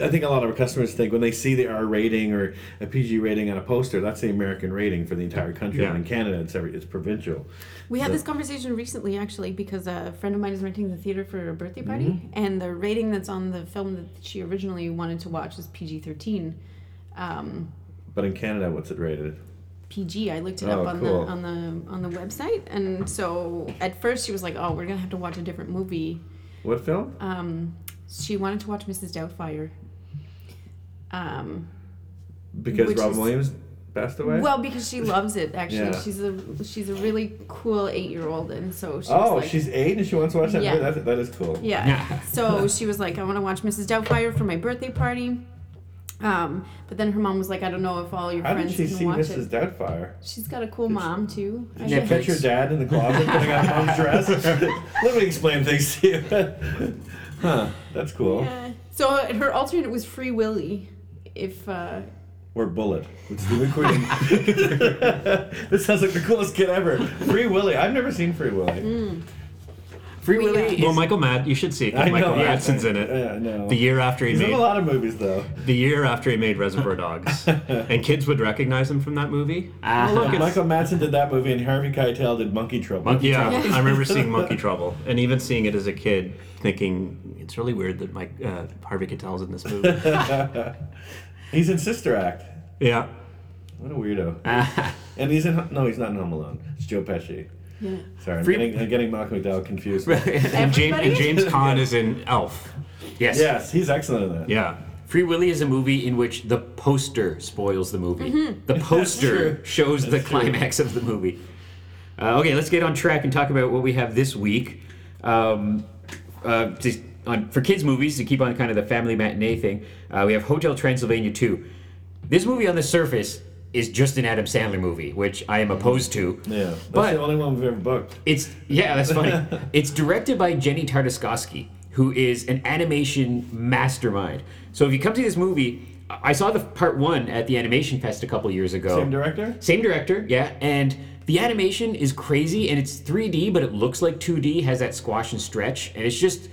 Speaker 4: I think a lot of our customers think when they see the R rating or a PG rating on a poster, that's the American rating for the entire country.
Speaker 5: Yeah.
Speaker 4: And in Canada, it's every it's provincial.
Speaker 2: We had this conversation recently, actually, because a friend of mine is renting the theater for a birthday party,
Speaker 3: Mm-hmm.
Speaker 2: and the rating that's on the film that she originally wanted to watch is PG 13. Um,
Speaker 4: But in Canada, what's it rated?
Speaker 2: PG. I looked it
Speaker 4: Oh,
Speaker 2: up on
Speaker 4: cool.
Speaker 2: the on the on the website, and so at first she was like, "Oh, we're gonna have to watch a different movie."
Speaker 4: What film?
Speaker 2: Um, she wanted to watch Mrs. Doubtfire. Um,
Speaker 4: because
Speaker 2: which
Speaker 4: Robin
Speaker 2: is-
Speaker 4: Williams passed away.
Speaker 2: well, because she loves it. Actually,
Speaker 4: Yeah.
Speaker 2: she's a she's a really cool eight year old, and so she was
Speaker 4: oh,
Speaker 2: like,
Speaker 4: she's eight and she wants to watch that.
Speaker 2: Yeah.
Speaker 4: movie? That's, that is cool.
Speaker 2: Yeah. so she was like, I want to watch Mrs. Doubtfire for my birthday party. Um, but then her mom was like, I don't know if all your
Speaker 4: How did
Speaker 2: friends
Speaker 4: she
Speaker 2: can
Speaker 4: see
Speaker 2: watch
Speaker 4: Mrs.
Speaker 2: it.
Speaker 4: Doubtfire?
Speaker 2: She's got a cool mom too. I
Speaker 4: Did you
Speaker 2: guess.
Speaker 4: catch your dad in the closet putting on mom's dress? Let me explain things to you. huh, that's cool.
Speaker 2: Yeah. So her alternate was Free Willy. If uh,
Speaker 4: Or Bullet, which is the new queen. this sounds like the coolest kid ever. Free Willy. I've never seen Free Willy.
Speaker 3: Free
Speaker 2: We, uh,
Speaker 3: Willy.
Speaker 5: Well,
Speaker 3: is-
Speaker 5: Michael Matt, you should see it
Speaker 4: I
Speaker 5: because Michael
Speaker 4: know, yeah.
Speaker 5: Madsen's in it.
Speaker 4: Yeah, I know.
Speaker 5: The year after he
Speaker 4: He's in a
Speaker 5: made
Speaker 4: lot of movies, though.
Speaker 5: the year after he made Reservoir Dogs, and kids would recognize him from that movie.
Speaker 3: Ah.
Speaker 5: Oh, look, it's-
Speaker 4: Michael Madsen did that movie, and Harvey Keitel did Monkey Trouble.
Speaker 3: Monkey
Speaker 5: Yeah,
Speaker 3: Trouble.
Speaker 5: I remember seeing Monkey Trouble, and even seeing it as a kid, thinking it's really weird that Mike uh, Harvey Keitel's in this movie.
Speaker 4: He's in Sister Act.
Speaker 5: yeah,
Speaker 4: What a weirdo. and he's in. No, he's not in Home Alone. It's Joe Pesci.
Speaker 2: yeah.
Speaker 4: Sorry, I'm
Speaker 3: Free-
Speaker 4: getting, I'm getting Malcolm McDowell confused.
Speaker 5: and James, and
Speaker 2: Everybody?
Speaker 5: James Caan is in Elf.
Speaker 3: yes.
Speaker 4: yes, he's excellent in that.
Speaker 5: Yeah,
Speaker 3: Free Willy is a movie in which the poster spoils the movie. The poster shows the climax of the movie. Uh, okay, let's get on track and talk about what we have this week. Um, uh, just on, for kids' movies, to keep on kind of the family matinee thing, uh, we have Hotel Transylvania 2. This movie on the surface is just an Adam Sandler movie, which I am opposed to.
Speaker 4: Yeah, that's the
Speaker 3: But
Speaker 4: only one we've ever booked.
Speaker 3: it's yeah, that's funny. it's directed by Jenny Tartakovsky, who is an animation mastermind. So if you come to this movie, I I saw the part one at the Animation Fest a couple years ago.
Speaker 4: Same director?
Speaker 3: Same director, yeah. And the animation is crazy, and it's 3D, but it looks like 2D. Has that squash and stretch, and it's just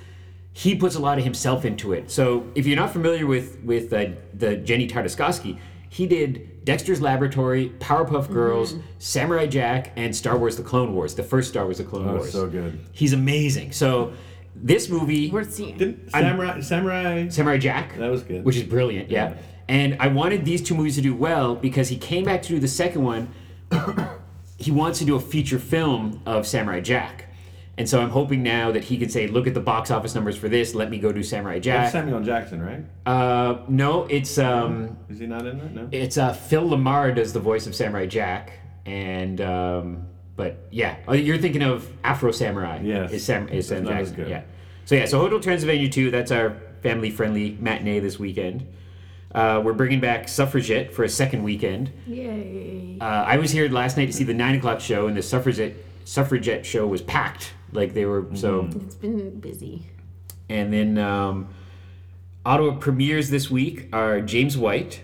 Speaker 3: he puts a lot of himself into it. So if you're not familiar with with uh, the Jenny Tartakovsky, He did Dexter's Laboratory, Powerpuff Girls,
Speaker 4: Mm-hmm.
Speaker 3: Samurai Jack, and Star Wars: The Clone Wars, the first Star Wars: The Clone
Speaker 4: Oh,
Speaker 3: Wars.
Speaker 4: so good.
Speaker 3: He's amazing. So this movie,
Speaker 2: Worth seeing.
Speaker 4: Didn't Samurai Samurai
Speaker 3: Samurai Jack.
Speaker 4: That was good.
Speaker 3: Which is brilliant, yeah.
Speaker 4: Yeah.
Speaker 3: And I wanted these two movies to do well because he came back to do the second one. he wants to do a feature film of Samurai Jack. And so I'm hoping now that he can say, look at the box office numbers for this, let me go do Samurai
Speaker 4: That's
Speaker 3: Jack.
Speaker 4: Samuel Jackson, right?
Speaker 3: Uh, no, it's um,
Speaker 4: Is he not in that? No.
Speaker 3: it's uh, Phil Lamar does the voice of Samurai Jack. And um, but yeah, oh, you're thinking of Afro Samurai.
Speaker 4: Yes.
Speaker 3: Is Sam is Sam
Speaker 4: That's not as
Speaker 3: Jackson.
Speaker 4: good.
Speaker 3: Yeah. So yeah, so Hotel Transylvania 2, that's our family friendly matinee this weekend. Uh, we're bringing back Suffragette for a second weekend.
Speaker 2: Yay.
Speaker 3: Uh, I was here last night to see the nine o'clock show, and the Suffragette Suffragette show was packed. Like they were so.
Speaker 4: Mm-hmm.
Speaker 2: It's been busy.
Speaker 3: And then um, Ottawa premieres this week are James White,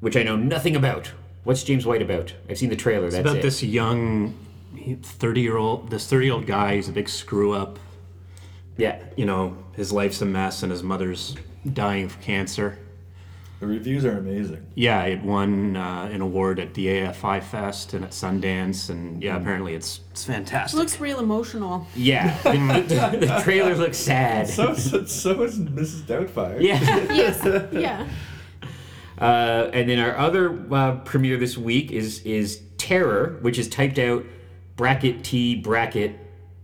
Speaker 3: which I know nothing about. What's James White about? I've seen the trailer. That's
Speaker 5: about
Speaker 3: it.
Speaker 5: this young 30 year old this 30 year old guy he's a big screw up
Speaker 3: Yeah.
Speaker 5: you know his life's a mess and his mother's dying of cancer
Speaker 4: The reviews are amazing.
Speaker 5: yeah it won uh, an award at the afi fest and at sundance and yeah apparently it's it's fantastic
Speaker 2: Looks real emotional.
Speaker 3: Yeah. the, the- the trailer looks sad.
Speaker 4: So so, so is Mrs. Doubtfire.
Speaker 3: yeah.
Speaker 2: yes. Yeah.
Speaker 3: Uh, and then our other uh, premiere this week is is Terror, which is typed out bracket T bracket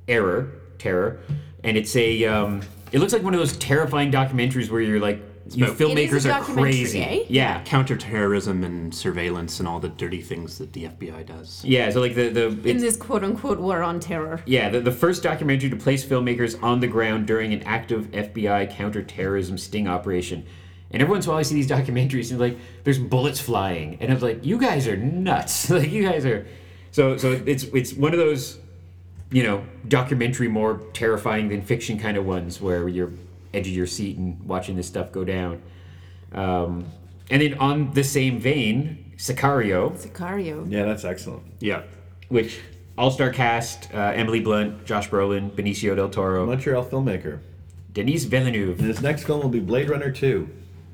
Speaker 3: error terror, and it's a um, it looks like one of those terrifying documentaries where you're like you
Speaker 5: about-
Speaker 2: It is
Speaker 3: filmmakers
Speaker 2: a
Speaker 3: are
Speaker 2: documentary,
Speaker 3: crazy.
Speaker 2: eh?
Speaker 3: Yeah.
Speaker 5: counterterrorism and surveillance and all the dirty things that the fbi does
Speaker 3: Yeah, so like the the
Speaker 2: In
Speaker 3: it's,
Speaker 2: this quote unquote war on terror.
Speaker 3: yeah the, the first documentary to place filmmakers on the ground during an active FBI counterterrorism sting operation, and every once in a while I see these documentaries and like there's bullets flying, and I was like, you guys are nuts, like you guys are, so so it's it's one of those, you know, documentary more terrifying than fiction kind of ones where you're edge of your seat and watching this stuff go down, um, and then on the same vein, Sicario,
Speaker 2: Sicario.
Speaker 4: Yeah, that's excellent.
Speaker 5: yeah
Speaker 3: which all-star cast: uh, Emily Blunt, Josh Brolin, Benicio del Toro,
Speaker 4: Montreal filmmaker.
Speaker 3: Denise
Speaker 4: And
Speaker 3: Villeneuve.
Speaker 4: his next film will be Blade Runner 2.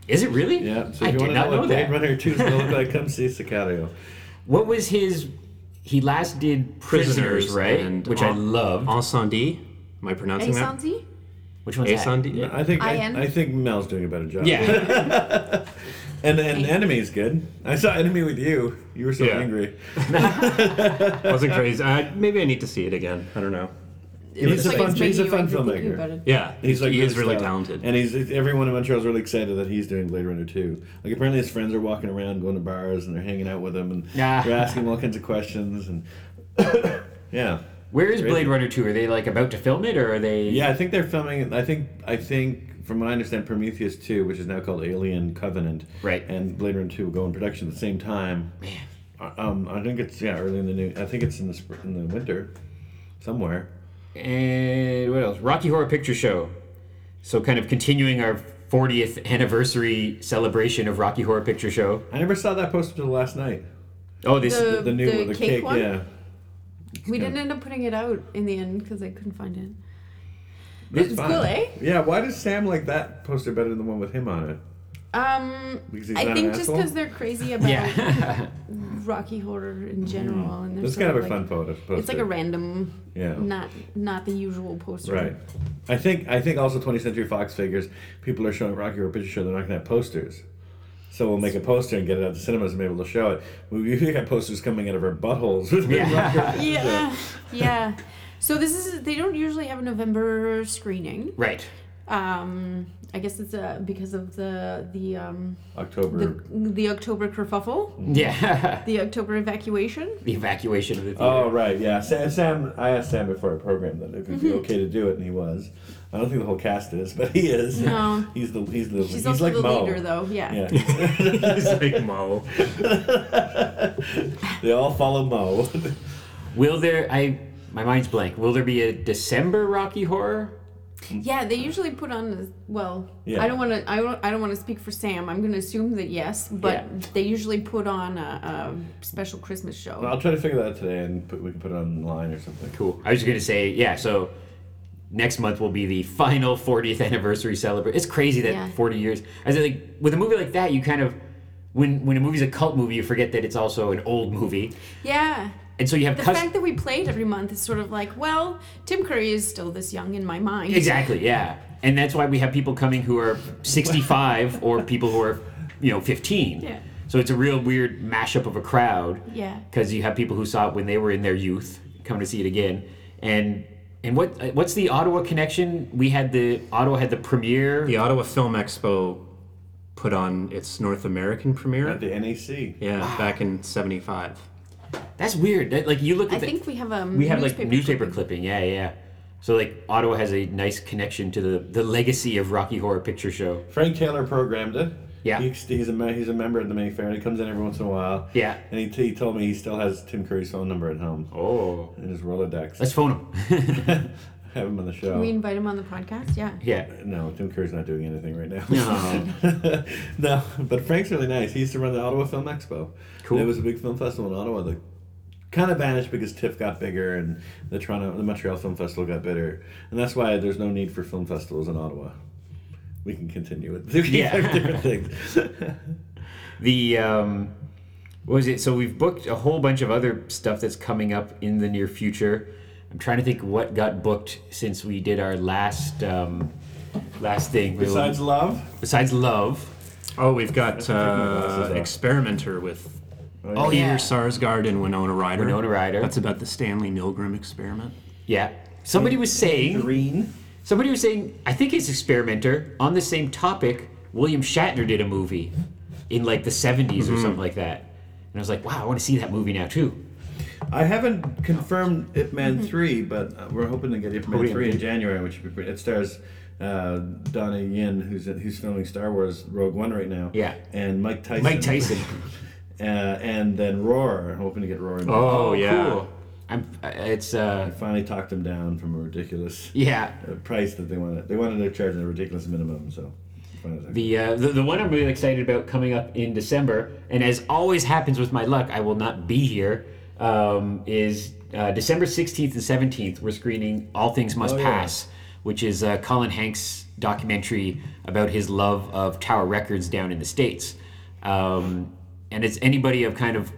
Speaker 3: Is it really?
Speaker 4: Yeah. So
Speaker 3: I
Speaker 4: if you
Speaker 3: did
Speaker 4: want to
Speaker 3: not
Speaker 4: know
Speaker 3: know
Speaker 4: what Blade
Speaker 3: that.
Speaker 4: Runner 2 is going to look like, come see Sicario.
Speaker 3: What was his? He last did Prisoners, right?
Speaker 5: and
Speaker 3: which I
Speaker 5: En-
Speaker 3: loved.
Speaker 5: Ensandi. am i pronouncing that
Speaker 2: Asanti?
Speaker 3: which one's that?
Speaker 5: Ensandi?
Speaker 4: I think I,
Speaker 2: Ian?
Speaker 4: I think Mel's doing a better job.
Speaker 3: Yeah.
Speaker 4: And and Enemy's good. I saw Enemy with you. You were so
Speaker 5: Yeah.
Speaker 4: angry.
Speaker 5: wasn't crazy I, maybe i need to see it again i don't know
Speaker 4: He's a
Speaker 2: It's
Speaker 4: fun,
Speaker 2: making
Speaker 4: he's a
Speaker 2: you
Speaker 4: fun
Speaker 2: angry thinking about
Speaker 4: filmmaker.
Speaker 2: it.
Speaker 5: yeah
Speaker 4: He's like
Speaker 5: he is really
Speaker 4: styled.
Speaker 5: talented
Speaker 4: and he's everyone in Montreal's really excited that he's doing Blade Runner 2. Like apparently his friends are walking around, going to bars, and they're hanging out with him, and
Speaker 3: Nah.
Speaker 4: they're asking him all kinds of questions, and yeah,
Speaker 3: Where is Blade Runner Two? Are they like about to film it, or are they?
Speaker 4: yeah. I think they're filming. it- I think I think from what I understand, Prometheus 2, which is now called Alien Covenant,
Speaker 3: Right.
Speaker 4: and Blade Runner 2 will go in production at the same time. Uh, Um, I think it's yeah early in the new. I think it's in the spring, in the winter, somewhere.
Speaker 3: And what else? Rocky Horror Picture Show. So kind of continuing our 40th anniversary celebration of Rocky Horror Picture Show.
Speaker 4: I never saw that poster till last night.
Speaker 3: Oh, this
Speaker 2: The-
Speaker 4: The new
Speaker 2: The
Speaker 4: the
Speaker 2: cake
Speaker 4: cake
Speaker 2: one?
Speaker 4: yeah.
Speaker 2: We didn't end up putting it out in the end because I couldn't find it.
Speaker 4: That's
Speaker 2: It's
Speaker 4: fine.
Speaker 2: cool, eh?
Speaker 4: Yeah, why does Sam like that poster better than the one with him on it?
Speaker 2: Um,
Speaker 4: Because he's
Speaker 2: I
Speaker 4: not
Speaker 2: think
Speaker 4: an
Speaker 2: just
Speaker 4: asshole?
Speaker 2: because they're crazy about
Speaker 3: yeah.
Speaker 2: Rocky Horror in general, and there's
Speaker 4: It's kind of a fun photo. Poster.
Speaker 2: It's like a random,
Speaker 4: yeah.
Speaker 2: not not the usual poster.
Speaker 4: Right. I think I think also 20th Century Fox figures people are showing Rocky Horror Picture Show. They're not gonna have posters, so we'll make a poster and get it out to cinemas and be able to show it. We we got posters coming out of our buttholes. with Rocky Horror Picture Show.
Speaker 2: Yeah, yeah. So this is they don't usually have a November screening.
Speaker 3: right.
Speaker 2: Um, I guess it's uh, because of the the um,
Speaker 4: October.
Speaker 2: the the October
Speaker 4: Mm.
Speaker 2: kerfuffle,
Speaker 3: Yeah.
Speaker 2: the October evacuation.
Speaker 3: the evacuation of the theater.
Speaker 4: Oh right, yeah. Sam, Sam, I asked Sam before I programmed that if he'd
Speaker 2: Mm-hmm.
Speaker 4: be okay to do it, and he was. I don't think the whole cast is, but he is.
Speaker 2: No.
Speaker 4: he's the he's the
Speaker 2: She's
Speaker 4: he's
Speaker 2: also
Speaker 4: like
Speaker 2: the
Speaker 4: Mo.
Speaker 2: leader, though. Yeah.
Speaker 4: Yeah,
Speaker 5: he's like mo
Speaker 4: they all follow Mo.
Speaker 3: Will there? I my mind's blank. Will there be a December Rocky Horror?
Speaker 2: Yeah, they usually put on. the- Well,
Speaker 4: Yeah.
Speaker 2: I don't want to. I don't. I don't want to speak for Sam. I'm going to assume that yes, but
Speaker 3: Yeah.
Speaker 2: they usually put on a, a special Christmas show.
Speaker 4: I'll try to figure that out today, and put, we can put it online or something.
Speaker 3: Cool. I was just gonna say yeah. So next month will be the final 40th anniversary celebration. It's crazy that
Speaker 2: Yeah.
Speaker 3: 40 years. I was like, with a movie like that, you kind of when when a movie's a cult movie, you forget that it's also an old movie,
Speaker 2: Yeah.
Speaker 3: and so you have
Speaker 2: The
Speaker 3: cus-
Speaker 2: fact that we played every month is sort of like, well, Tim Curry is still this young in my mind.
Speaker 3: exactly, yeah, and that's why we have people coming who are sixty five or people who are you know fifteen.
Speaker 2: Yeah.
Speaker 3: So it's a real weird mashup of a crowd.
Speaker 2: Yeah.
Speaker 3: because you have people who saw it when they were in their youth come to see it again and and what uh, what's the ottawa connection we had the ottawa had the premiere
Speaker 5: The Ottawa Film Expo put on its North American premiere.
Speaker 4: At the NAC.
Speaker 5: yeah, back in '75.
Speaker 3: that's weird that, like you look at
Speaker 2: I
Speaker 3: the,
Speaker 2: think we have a
Speaker 3: we have like newspaper clipping yeah yeah so like ottawa has a nice connection to the the legacy of rocky horror picture show
Speaker 4: Frank Taylor programmed it.
Speaker 3: Yeah.
Speaker 4: He, he's a me- he's a member of the Mayfair, and he comes in every once in a while.
Speaker 3: Yeah.
Speaker 4: And he, he told me he still has Tim Curry's phone number at home
Speaker 3: oh
Speaker 4: in his Rolodex.
Speaker 3: let's phone him
Speaker 4: have him on the show.
Speaker 2: We invite him on the podcast. Yeah.
Speaker 3: yeah
Speaker 4: No, Tim Curry's not doing anything right now.
Speaker 3: No.
Speaker 4: no, but Frank's really nice. He used to run the Ottawa Film Expo.
Speaker 3: Cool.
Speaker 4: It was a big film festival in Ottawa that kind of vanished because TIFF got bigger and the Toronto, the Montreal Film Festival got bigger, and that's why there's no need for film festivals in Ottawa. We can continue with
Speaker 3: Yeah.
Speaker 4: different things.
Speaker 3: the um what was it so we've booked a whole bunch of other stuff that's coming up in the near future i'm trying to think what got booked since we did our last um last thing
Speaker 4: Besides love,
Speaker 3: besides love
Speaker 5: Oh, we've got
Speaker 4: glasses
Speaker 5: uh,
Speaker 4: off.
Speaker 5: Experimenter with
Speaker 4: Oh,
Speaker 5: Peter
Speaker 3: yeah.
Speaker 5: Sarsgaard and Winona Ryder.
Speaker 3: Winona Ryder.
Speaker 5: That's about the Stanley Milgram experiment.
Speaker 3: yeah somebody was saying
Speaker 4: green.
Speaker 3: somebody was saying i think it's experimenter on the same topic william shatner did a movie in like the 70s
Speaker 5: Mm-hmm.
Speaker 3: or something like that and i was like wow i want to see that movie now too
Speaker 4: I haven't confirmed Ip Man three, but uh, we're hoping to get Ip Man
Speaker 3: Hopefully.
Speaker 4: three in January, which would be pretty. It stars uh, Donnie Yen, who's who's filming Star Wars Rogue One right now.
Speaker 3: Yeah.
Speaker 4: and Mike Tyson.
Speaker 3: mike tyson
Speaker 4: uh, and then Roar. Hoping to get Roar. In
Speaker 5: Oh, yeah.
Speaker 3: cool. i'm it's uh
Speaker 4: Finally talked them down from a ridiculous
Speaker 3: yeah
Speaker 4: uh, price that they wanted. They wanted to charge a ridiculous minimum, so. finally-
Speaker 3: The, uh, the the one I'm really excited about coming up in December, and as always happens with my luck, I will not be here. Um, is uh, December 16th and 17th? We're screening All Things Must
Speaker 4: Oh, yeah.
Speaker 3: Pass, which is uh, Colin Hanks' documentary about his love of Tower Records down in the states, um, and it's anybody of kind of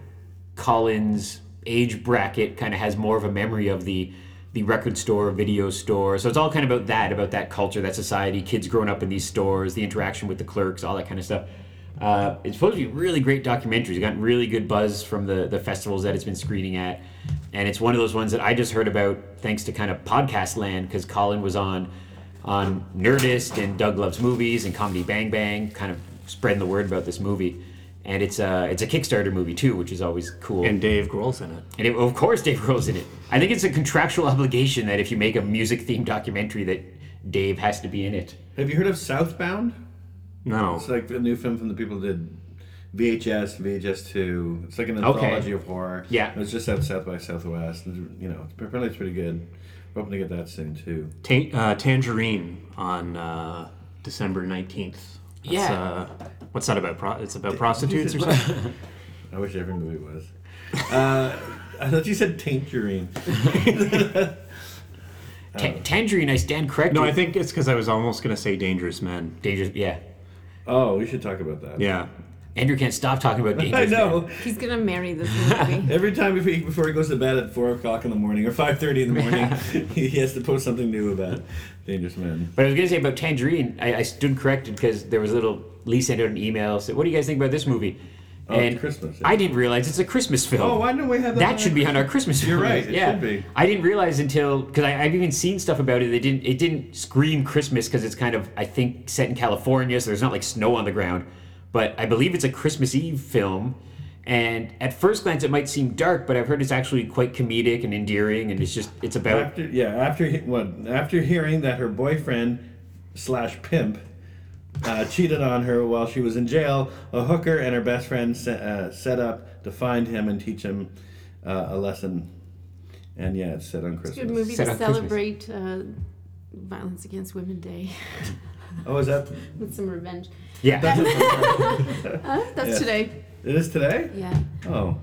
Speaker 3: Colin's age bracket kind of has more of a memory of the the record store, video store. So it's all kind of about that, about that culture, that society, kids growing up in these stores, the interaction with the clerks, all that kind of stuff. Uh, it's supposed to be a really great documentary. It's gotten really good buzz from the the festivals that it's been screening at, and it's one of those ones that I just heard about thanks to kind of podcast land because Colin was on on Nerdist and Doug Loves Movies and Comedy Bang Bang, kind of spreading the word about this movie. And it's a it's a Kickstarter movie too, which is always cool.
Speaker 5: And Dave Grohl's in it.
Speaker 3: And it, of course, Dave Grohl's in it. I think it's a contractual obligation that if you make a music themed documentary, that Dave has to be in it.
Speaker 4: Have you heard of Southbound?
Speaker 5: No.
Speaker 4: It's like a new film from the people that did VHS, VHS two. It's like an
Speaker 3: Okay.
Speaker 4: anthology of horror.
Speaker 3: Yeah.
Speaker 4: it was just out South by Southwest. and, You know, it's- apparently it's pretty good. We're hoping to get that soon too.
Speaker 5: Ta- uh, Tangerine on uh, December 19th. That's,
Speaker 3: Yeah.
Speaker 5: Uh, what's that about? Pro- it's about prostitutes or something?
Speaker 4: I wish every movie was. Uh, I thought you said Tangerine.
Speaker 3: Ta- Tangerine, I stand corrected.
Speaker 5: Oh. no, I think it's because I was almost going to say Dangerous Men.
Speaker 3: Dangerous. Yeah,
Speaker 4: Oh, we should talk about that.
Speaker 5: Yeah.
Speaker 3: Andrew can't stop talking about
Speaker 4: I
Speaker 3: dangerous. Man.
Speaker 4: know.
Speaker 2: He's going to marry this movie.
Speaker 4: Every time before he, before he goes to bed at four o'clock in the morning or five thirty in the morning, he he has to post something new about Dangerous Men.
Speaker 3: But I was gonna say about Tangerine, I, I stood corrected because there was a little Lee sent out an email said, "What do you guys think about this movie?"
Speaker 4: Oh, it's Christmas, yeah.
Speaker 3: I didn't realize it's a Christmas film.
Speaker 4: Oh, why didn't we have that?
Speaker 3: that should be on our Christmas.
Speaker 4: You're
Speaker 3: film
Speaker 4: right,
Speaker 3: list.
Speaker 4: it
Speaker 3: yeah.
Speaker 4: should be.
Speaker 3: I didn't realize until because I've even seen stuff about it. They didn't. It didn't scream Christmas because it's kind of I think set in California, so there's not like snow on the ground. But I believe it's a Christmas Eve film, and at first glance it might seem dark, but I've heard it's actually quite comedic and endearing, and it's just it's about
Speaker 4: After yeah, after he- what? After hearing that her boyfriend slash pimp uh, cheated on her while she was in jail, a hooker and her best friend set, uh, set up to find him and teach him uh, a lesson. And yeah, it's set on
Speaker 2: Good
Speaker 4: Christmas.
Speaker 2: movie
Speaker 3: Set
Speaker 2: to
Speaker 3: on Christmas.
Speaker 2: celebrate uh, Violence Against Women Day
Speaker 4: Oh, is that?
Speaker 2: with some revenge.
Speaker 3: yeah.
Speaker 2: That's
Speaker 4: Yeah.
Speaker 2: today.
Speaker 4: It is today?
Speaker 2: Yeah.
Speaker 4: Oh,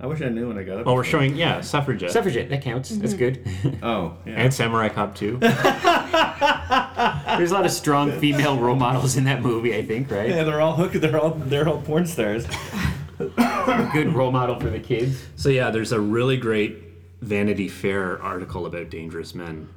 Speaker 4: I I wish I knew when I got up.
Speaker 5: Well, we're showing, yeah, Suffragette.
Speaker 3: Suffragette, that counts. That's good.
Speaker 4: Oh, yeah.
Speaker 5: and Samurai Cop 2.
Speaker 3: There's a lot of strong female role models in that movie, I think, right?
Speaker 4: yeah, they're all hooked. They're all they're all porn stars.
Speaker 3: Good role model for the kids.
Speaker 5: so, yeah, there's a really great Vanity Fair article about Dangerous Men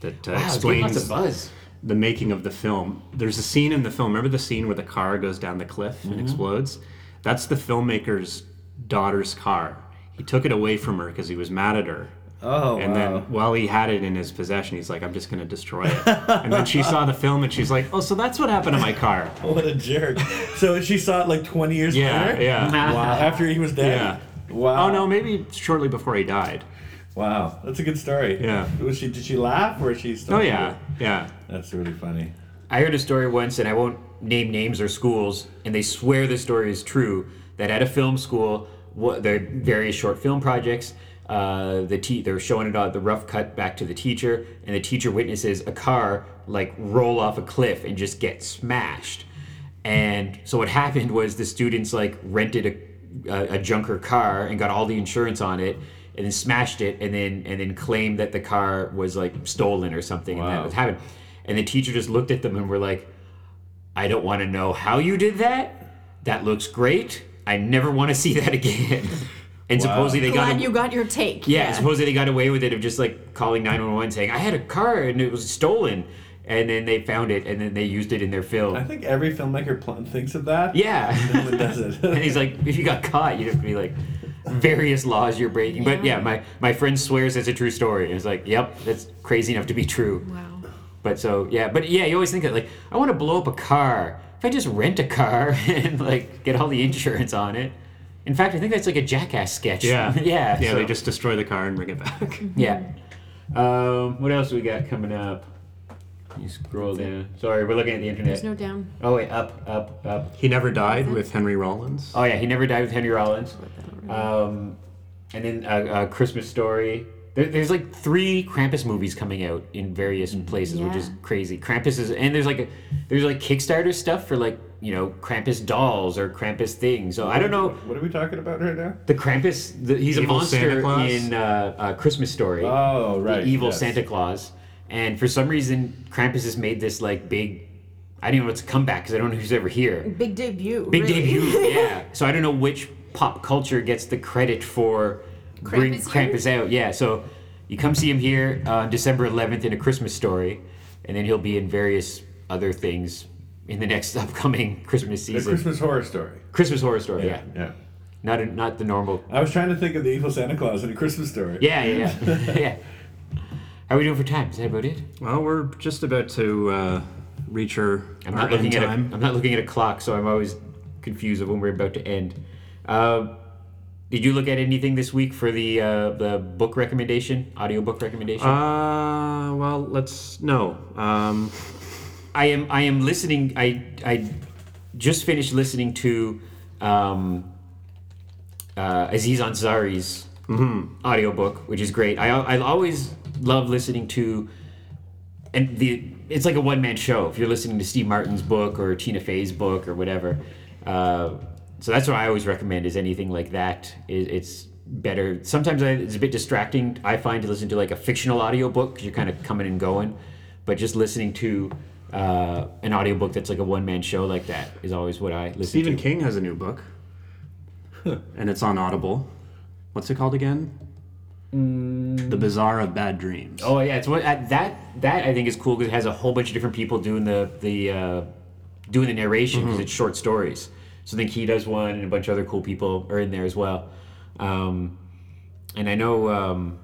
Speaker 5: that uh,
Speaker 3: Wow, it's getting
Speaker 5: explains
Speaker 3: lots of buzz.
Speaker 5: the making of the film. There's a scene in the film. Remember the scene where the car goes down the cliff and
Speaker 3: Mm-hmm.
Speaker 5: explodes? That's the filmmaker's daughter's car. He took it away from her because he was mad at her.
Speaker 4: Oh,
Speaker 5: and
Speaker 4: wow.
Speaker 5: then while he had it in his possession, he's like, I'm just going to destroy it. and then she saw the film and she's like, oh, so that's what happened to my car.
Speaker 4: what a jerk. So she saw it like 20 years
Speaker 5: Yeah,
Speaker 4: later.
Speaker 5: yeah.
Speaker 4: Wow. After he was dead.
Speaker 5: Yeah.
Speaker 4: Wow.
Speaker 5: Oh, no, maybe shortly before he died.
Speaker 4: Wow, that's a good story.
Speaker 5: Yeah.
Speaker 4: Was she? Did she laugh or is she? Still
Speaker 5: Oh, yeah, yeah.
Speaker 4: That's really funny.
Speaker 3: I heard a story once, and I won't name names or schools, and they swear the story is true. That at a film school, what their various short film projects, uh, the te- they're showing it on the rough cut back to the teacher, and the teacher witnesses a car like roll off a cliff and just get smashed. And so what happened was the students like rented a, a, a junker car and got all the insurance on it, and then smashed it, and then and then claimed that the car was like stolen or something, and that
Speaker 4: Wow.
Speaker 3: was happened. And the teacher just looked at them and were like, I don't want to know how you did that. That looks great. I never want to see that again. and supposedly they got
Speaker 2: Glad you got your take.
Speaker 3: yeah, supposedly they got away with it of just like calling 911 saying, I had a car and it was stolen. And then they found it and then they used it in their film.
Speaker 4: I think every filmmaker pl- thinks of that.
Speaker 3: yeah.
Speaker 4: But does it?
Speaker 3: and he's like, if you got caught, you'd have to be like, various laws you're breaking. But yeah, my, my friend swears it's a true story. And it's like, yep, that's crazy enough to be true.
Speaker 2: Wow.
Speaker 3: But so yeah, but yeah, you always think that like I want to blow up a car. If I just rent a car and like get all the insurance on it. In fact, I think that's like a jackass sketch.
Speaker 5: Yeah.
Speaker 3: yeah.
Speaker 5: Yeah,
Speaker 3: so-
Speaker 5: they just destroy the car and bring it back.
Speaker 3: yeah. Um, what else we got coming up? You scroll down. Sorry, we're looking at the internet.
Speaker 2: There's no down.
Speaker 3: oh wait, up, up, up.
Speaker 5: he never died with Henry Rollins.
Speaker 3: Oh yeah, he never died with Henry Rollins. Um, and then uh, uh, Christmas Story. There, there's like three Krampus movies coming out in various
Speaker 4: Mm-hmm.
Speaker 3: places, which is
Speaker 2: Yeah.
Speaker 3: crazy. Krampus is, and there's like a, there's like Kickstarter stuff for like you know Krampus dolls or Krampus things. So I don't know
Speaker 4: What are we talking about right now?
Speaker 3: the Krampus. The, he's
Speaker 5: Evil
Speaker 3: a monster
Speaker 5: Santa Claus?
Speaker 3: in uh, uh, Christmas Story.
Speaker 4: Oh, right.
Speaker 3: The evil
Speaker 4: yes.
Speaker 3: Santa Claus, and for some reason Krampus has made this like big. I don't even know what's a comeback because I don't know who's ever
Speaker 4: Mm-hmm.
Speaker 3: here.
Speaker 2: Big debut.
Speaker 3: Big
Speaker 2: really.
Speaker 3: debut, yeah. So I don't know which pop culture gets the credit for bring
Speaker 2: Krampus here?
Speaker 3: Krampus out. Yeah, so you come see him here on December 11th in A Christmas Story, and then he'll be in various other things in the next upcoming Christmas
Speaker 4: The
Speaker 3: season. Christmas,
Speaker 4: Christmas horror story.
Speaker 3: Horror Story, yeah.
Speaker 4: Yeah.
Speaker 3: Not a, not the normal.
Speaker 4: I was trying to think of the evil Santa Claus in a Christmas story.
Speaker 3: Yeah, yeah, yeah. yeah. How are we doing for time? Is that about it?
Speaker 5: Well, we're just about to uh, reach her.
Speaker 3: I'm not
Speaker 5: our
Speaker 3: looking
Speaker 5: end
Speaker 3: at a,
Speaker 5: time.
Speaker 3: I'm not looking at a clock, so I'm always confused of when we're about to end. Um did you look at anything this week for the uh, the book recommendation, audiobook recommendation?
Speaker 5: Uh, well, let's no. Um,
Speaker 3: I am I am listening. I I just finished listening to um, uh, Aziz Ansari's audiobook, which is great. I I always love listening to and the it's like a one man show. If you're listening to Steve Martin's book or Tina Fey's book or whatever, uh, so that's what I always recommend is anything like that. It, it's better. Sometimes I, it's a bit distracting. I find to listen to like a fictional audiobook because you're kind of coming and going, but just listening to uh, an audiobook that's like a one man show like that is always what I listen
Speaker 5: Stephen
Speaker 3: to.
Speaker 5: King has a new book, and it's on Audible. What's it called again? The Bazaar of Bad Dreams.
Speaker 3: Oh yeah, it's what uh, that that I think is cool because it has a whole bunch of different people doing the the uh, doing the narration because it's short stories. So I think he does one, and a bunch of other cool people are in there as well. Um, and I know um,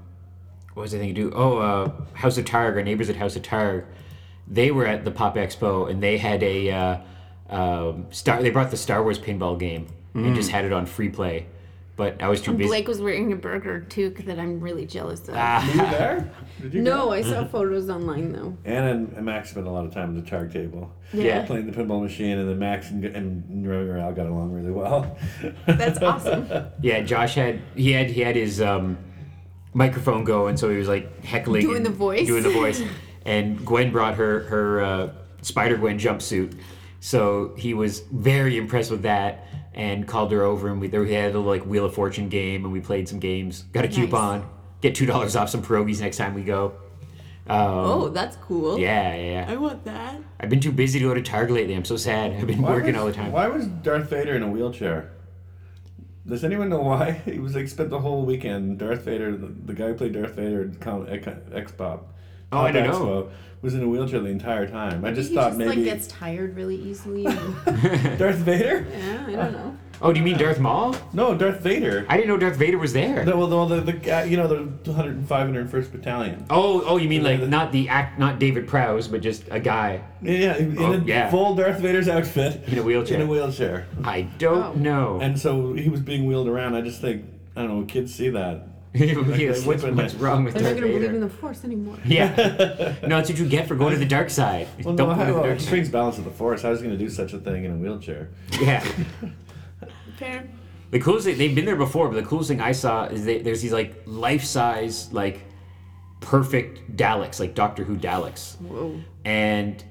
Speaker 3: what was I thinking? Do oh uh, House of Targ, our neighbors at House of Targ, they were at the Pop Expo and they had a uh, um, star. They brought the Star Wars pinball game and just had it on free play. But I was too busy.
Speaker 2: Blake was wearing a burger toque that I'm really jealous of.
Speaker 3: Ah.
Speaker 4: Were you there? Did you
Speaker 2: no,
Speaker 4: go?
Speaker 2: I saw photos online though.
Speaker 4: Anna and, and Max spent a lot of time at the targ table.
Speaker 3: Yeah.
Speaker 4: Playing the pinball machine, and then Max and, and Al got along really well.
Speaker 2: That's awesome.
Speaker 3: Yeah, Josh had he had he had his um, microphone going, so he was like heckling,
Speaker 2: Doing
Speaker 3: and
Speaker 2: the voice.
Speaker 3: doing the voice. and Gwen brought her her uh, Spider Gwen jumpsuit, so he was very impressed with that. and called her over and we, there, we had a like Wheel of Fortune game and we played some games. Got a coupon. Get two dollars off some pierogies next time we go.
Speaker 2: Oh, that's cool.
Speaker 3: Yeah, yeah, yeah.
Speaker 2: I want that.
Speaker 3: I've been too busy to go to Target lately. I'm so sad. I've been
Speaker 4: Why
Speaker 3: working
Speaker 4: was-
Speaker 3: all the time.
Speaker 4: Why was Darth Vader in a wheelchair? Does anyone know why? He was like spent the whole weekend. Darth Vader, the, the guy who played Darth Vader, at Com- at Co- X Pop.
Speaker 3: Oh, I
Speaker 4: Pop
Speaker 3: don't
Speaker 4: Expo,
Speaker 3: know.
Speaker 4: Was in a wheelchair the entire time. I just
Speaker 2: He
Speaker 4: thought
Speaker 2: just
Speaker 4: maybe
Speaker 2: like gets tired really easily. and-
Speaker 4: Darth Vader.
Speaker 2: yeah, I don't know.
Speaker 3: Oh, do you mean Darth Maul?
Speaker 4: No, Darth Vader.
Speaker 3: I didn't know Darth Vader was there.
Speaker 4: No, well, no, the, the guy, you know, the 105, 101st Battalion.
Speaker 3: Oh, oh, you mean like not the act, not David Prowse, but just a guy.
Speaker 4: Yeah, in
Speaker 3: Oh,
Speaker 4: a
Speaker 3: yeah.
Speaker 4: full Darth Vader's outfit.
Speaker 3: In a wheelchair.
Speaker 4: In a wheelchair.
Speaker 3: I don't
Speaker 2: Oh.
Speaker 3: know.
Speaker 4: And so he was being wheeled around. I just think, I don't know, kids see that.
Speaker 3: Yes, what's,
Speaker 4: Like,
Speaker 3: what's wrong with
Speaker 2: They're
Speaker 3: Darth
Speaker 2: not going to believe in
Speaker 3: Vader?
Speaker 2: the Force anymore.
Speaker 3: Yeah. no, that's what you get for going to the dark side.
Speaker 4: Well,
Speaker 3: don't
Speaker 4: no,
Speaker 3: go
Speaker 4: I,
Speaker 3: to the
Speaker 4: well,
Speaker 3: dark
Speaker 4: it
Speaker 3: side.
Speaker 4: brings balance to the force. I was going to do such a thing in a wheelchair.
Speaker 3: Yeah.
Speaker 2: Fair.
Speaker 3: The coolest thing they've been there before, but the coolest thing I saw is they, there's these like life-size, like perfect Daleks, like Doctor Who Daleks,
Speaker 2: Whoa.
Speaker 3: and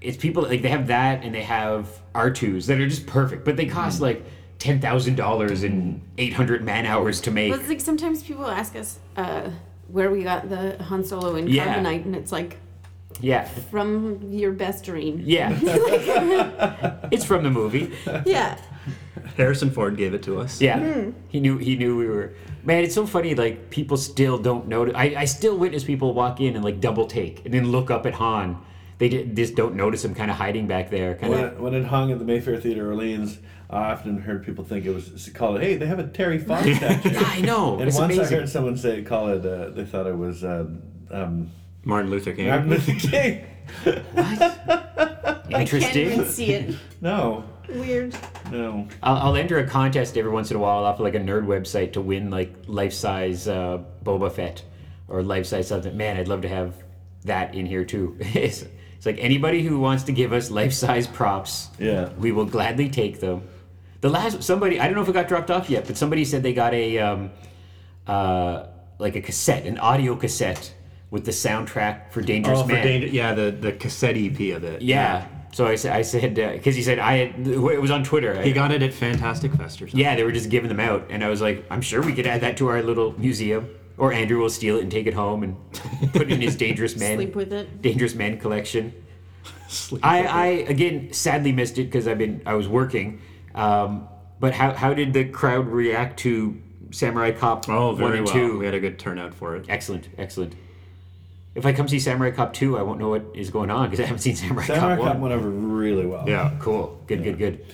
Speaker 3: it's people like they have that and they have R2s that are just perfect, but they cost
Speaker 4: Mm.
Speaker 3: like ten thousand dollars and eight hundred man hours to make.
Speaker 2: Well, it's like sometimes people ask us uh, where we got the Han Solo and
Speaker 3: Yeah.
Speaker 2: Carbonite, and it's like
Speaker 3: Yeah,
Speaker 2: from your besterine.
Speaker 3: yeah, it's from the movie.
Speaker 2: Yeah.
Speaker 5: Harrison Ford gave it to us.
Speaker 3: Yeah,
Speaker 2: Hmm.
Speaker 3: he knew he knew we were. Man, it's so funny. Like people still don't notice. I, I still witness people walk in and like double take and then look up at Han. They di- just don't notice him kind of hiding back there. Kind
Speaker 4: When,
Speaker 3: of.
Speaker 4: it, when it hung at the Mayfair Theater Orleans, I often heard people think it was called. Hey, they have a Terry Fox statue.
Speaker 3: Yeah, I know.
Speaker 4: And
Speaker 3: Oh, it's
Speaker 4: once
Speaker 3: amazing.
Speaker 4: I heard someone say call it, uh, they thought it was uh, um,
Speaker 5: Martin Luther King.
Speaker 4: Martin Luther King.
Speaker 2: Can't even
Speaker 3: Interesting.
Speaker 2: see it.
Speaker 4: No,
Speaker 2: Weird.
Speaker 4: no.
Speaker 3: I'll, I'll enter a contest every once in a while off of like a nerd website to win like life size uh, Boba Fett or life size something. Man, I'd love to have that in here too. it's, it's like anybody who wants to give us life size props,
Speaker 4: Yeah.
Speaker 3: we will gladly take them. The last somebody I don't know if it got dropped off yet, but somebody said they got a um, uh, like a cassette, an audio cassette with the soundtrack for Dangerous
Speaker 5: Oh, for
Speaker 3: Man.
Speaker 5: danger, yeah, the, the cassette EP of it.
Speaker 3: yeah. So I said, I said, because he said I had, it was on Twitter. I-
Speaker 5: He got it at Fantastic Fest or something.
Speaker 3: yeah, they were just giving them out, and I was like, I'm sure we could add that to our little museum, or Andrew will steal it and take it home and put it in his dangerous man,
Speaker 2: Sleep with it.
Speaker 3: dangerous man collection. I, I again sadly missed it because I've been I was working, um, but how how did the crowd react to Samurai Cop
Speaker 5: Oh,
Speaker 3: one
Speaker 5: very
Speaker 3: and
Speaker 5: well.
Speaker 3: two?
Speaker 5: We had a good turnout for it.
Speaker 3: Excellent, excellent. If I come see Samurai Cop two, I won't know what is going on because I haven't seen Samurai,
Speaker 4: Samurai
Speaker 3: Cop one.
Speaker 4: Cop went over really well.
Speaker 5: Yeah.
Speaker 3: Cool, good, good, good.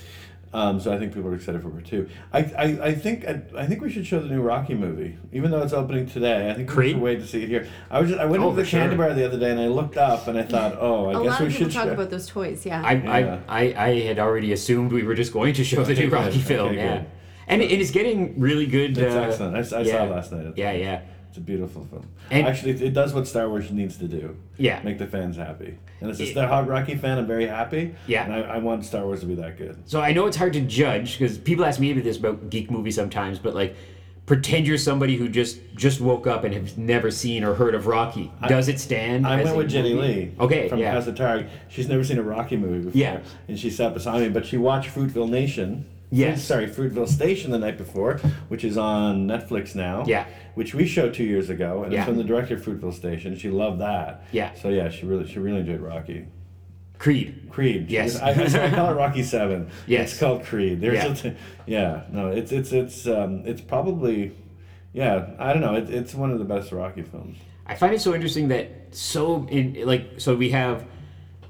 Speaker 4: Um, so I think people are excited for part two. I, I, I think I, I think we should show the new Rocky movie, even though it's opening today. I think we
Speaker 5: Creed?
Speaker 4: should wait to see it here. I was just, I went
Speaker 3: Oh,
Speaker 4: into the
Speaker 3: for sure.
Speaker 4: candy bar the other day and I looked up and I thought, oh, I
Speaker 2: A
Speaker 4: guess
Speaker 2: lot
Speaker 4: we
Speaker 2: of people
Speaker 4: should
Speaker 2: talk
Speaker 4: show-
Speaker 2: about those toys, yeah.
Speaker 3: I,
Speaker 4: Yeah.
Speaker 3: I, I, I had already assumed we were just going to show the
Speaker 4: Okay,
Speaker 3: new
Speaker 4: good.
Speaker 3: Rocky film,
Speaker 4: Okay,
Speaker 3: yeah.
Speaker 4: good.
Speaker 3: And it, it is getting really good.
Speaker 4: It's
Speaker 3: uh,
Speaker 4: excellent. I, s- I saw
Speaker 3: yeah.
Speaker 4: it last night.
Speaker 3: Yeah, yeah.
Speaker 4: It's a beautiful film.
Speaker 3: And-
Speaker 4: Actually, it- it does what Star Wars needs to do.
Speaker 3: Yeah.
Speaker 4: Make the fans happy. And as a Star Hot Rocky fan, I'm very happy.
Speaker 3: Yeah.
Speaker 4: And I, I want Star Wars to be that good.
Speaker 3: So I know it's hard to judge because people ask me this about geek movies sometimes, but like, pretend you're somebody who just just woke up and have never seen or heard of Rocky. Does it stand?
Speaker 4: I
Speaker 3: as
Speaker 4: went
Speaker 3: a
Speaker 4: with Jenny
Speaker 3: movie?
Speaker 4: Lee.
Speaker 3: Okay,
Speaker 4: From
Speaker 3: yeah.
Speaker 4: House of Targ. She's never seen a Rocky movie before.
Speaker 3: Yeah.
Speaker 4: And she sat beside me, but she watched Fruitville Nation.
Speaker 3: Yes.
Speaker 4: Sorry, Fruitville Station the night before, which is on Netflix now.
Speaker 3: Yeah.
Speaker 4: Which we showed two years ago, and
Speaker 3: Yeah.
Speaker 4: it's from the director of Fruitville Station. She loved that.
Speaker 3: Yeah.
Speaker 4: So yeah, she really she really enjoyed Rocky.
Speaker 3: Creed.
Speaker 4: Creed. She
Speaker 3: Yes.
Speaker 4: was- I, I call it Rocky Seven.
Speaker 3: Yes.
Speaker 4: It's called Creed. There's
Speaker 3: Yeah.
Speaker 4: a t- yeah. No, it's it's it's um it's probably yeah. I don't know. It, it's one of the best Rocky films.
Speaker 3: I find it so interesting that so in like so we have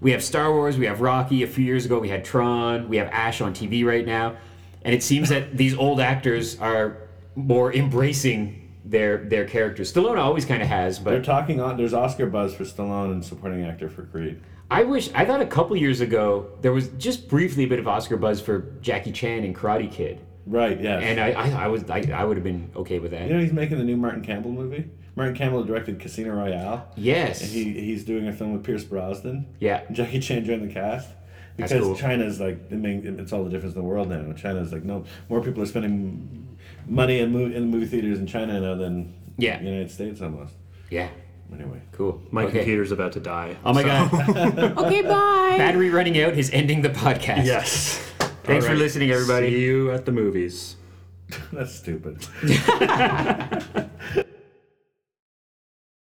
Speaker 3: we have Star Wars, we have Rocky. A few years ago, we had Tron, we have Ash on TV right now, and it seems that these old actors are more embracing their their characters. Stallone always kind of has,
Speaker 4: They're
Speaker 3: but
Speaker 4: talking on. There's Oscar buzz for Stallone and supporting actor for Creed.
Speaker 3: I wish I thought a couple years ago there was just briefly a bit of Oscar buzz for Jackie Chan and Karate Kid,
Speaker 4: Right. Yes.
Speaker 3: and uh, I I, I was I, I would have been okay with
Speaker 4: you
Speaker 3: that.
Speaker 4: know he's making the new Martin Campbell movie. Martin Campbell directed Casino Royale.
Speaker 3: Yes,
Speaker 4: And he he's doing a film with Pierce Brosnan.
Speaker 3: yeah,
Speaker 4: Jackie Chan joined the cast.
Speaker 3: That's
Speaker 4: Because
Speaker 3: cool.
Speaker 4: China's like, I mean, it's all the difference in the world now. China's like, no, more people are spending money in movie, in movie theaters in China now than
Speaker 3: Yeah.
Speaker 4: the United States almost.
Speaker 3: yeah,
Speaker 4: Anyway.
Speaker 3: cool.
Speaker 5: My
Speaker 3: Okay.
Speaker 5: computer's about to die.
Speaker 3: Oh my god.
Speaker 2: okay, bye.
Speaker 3: Battery running out is ending the podcast.
Speaker 5: Yes. Thanks for
Speaker 4: Alright.
Speaker 5: listening, everybody.
Speaker 4: See you at the movies.
Speaker 6: That's stupid.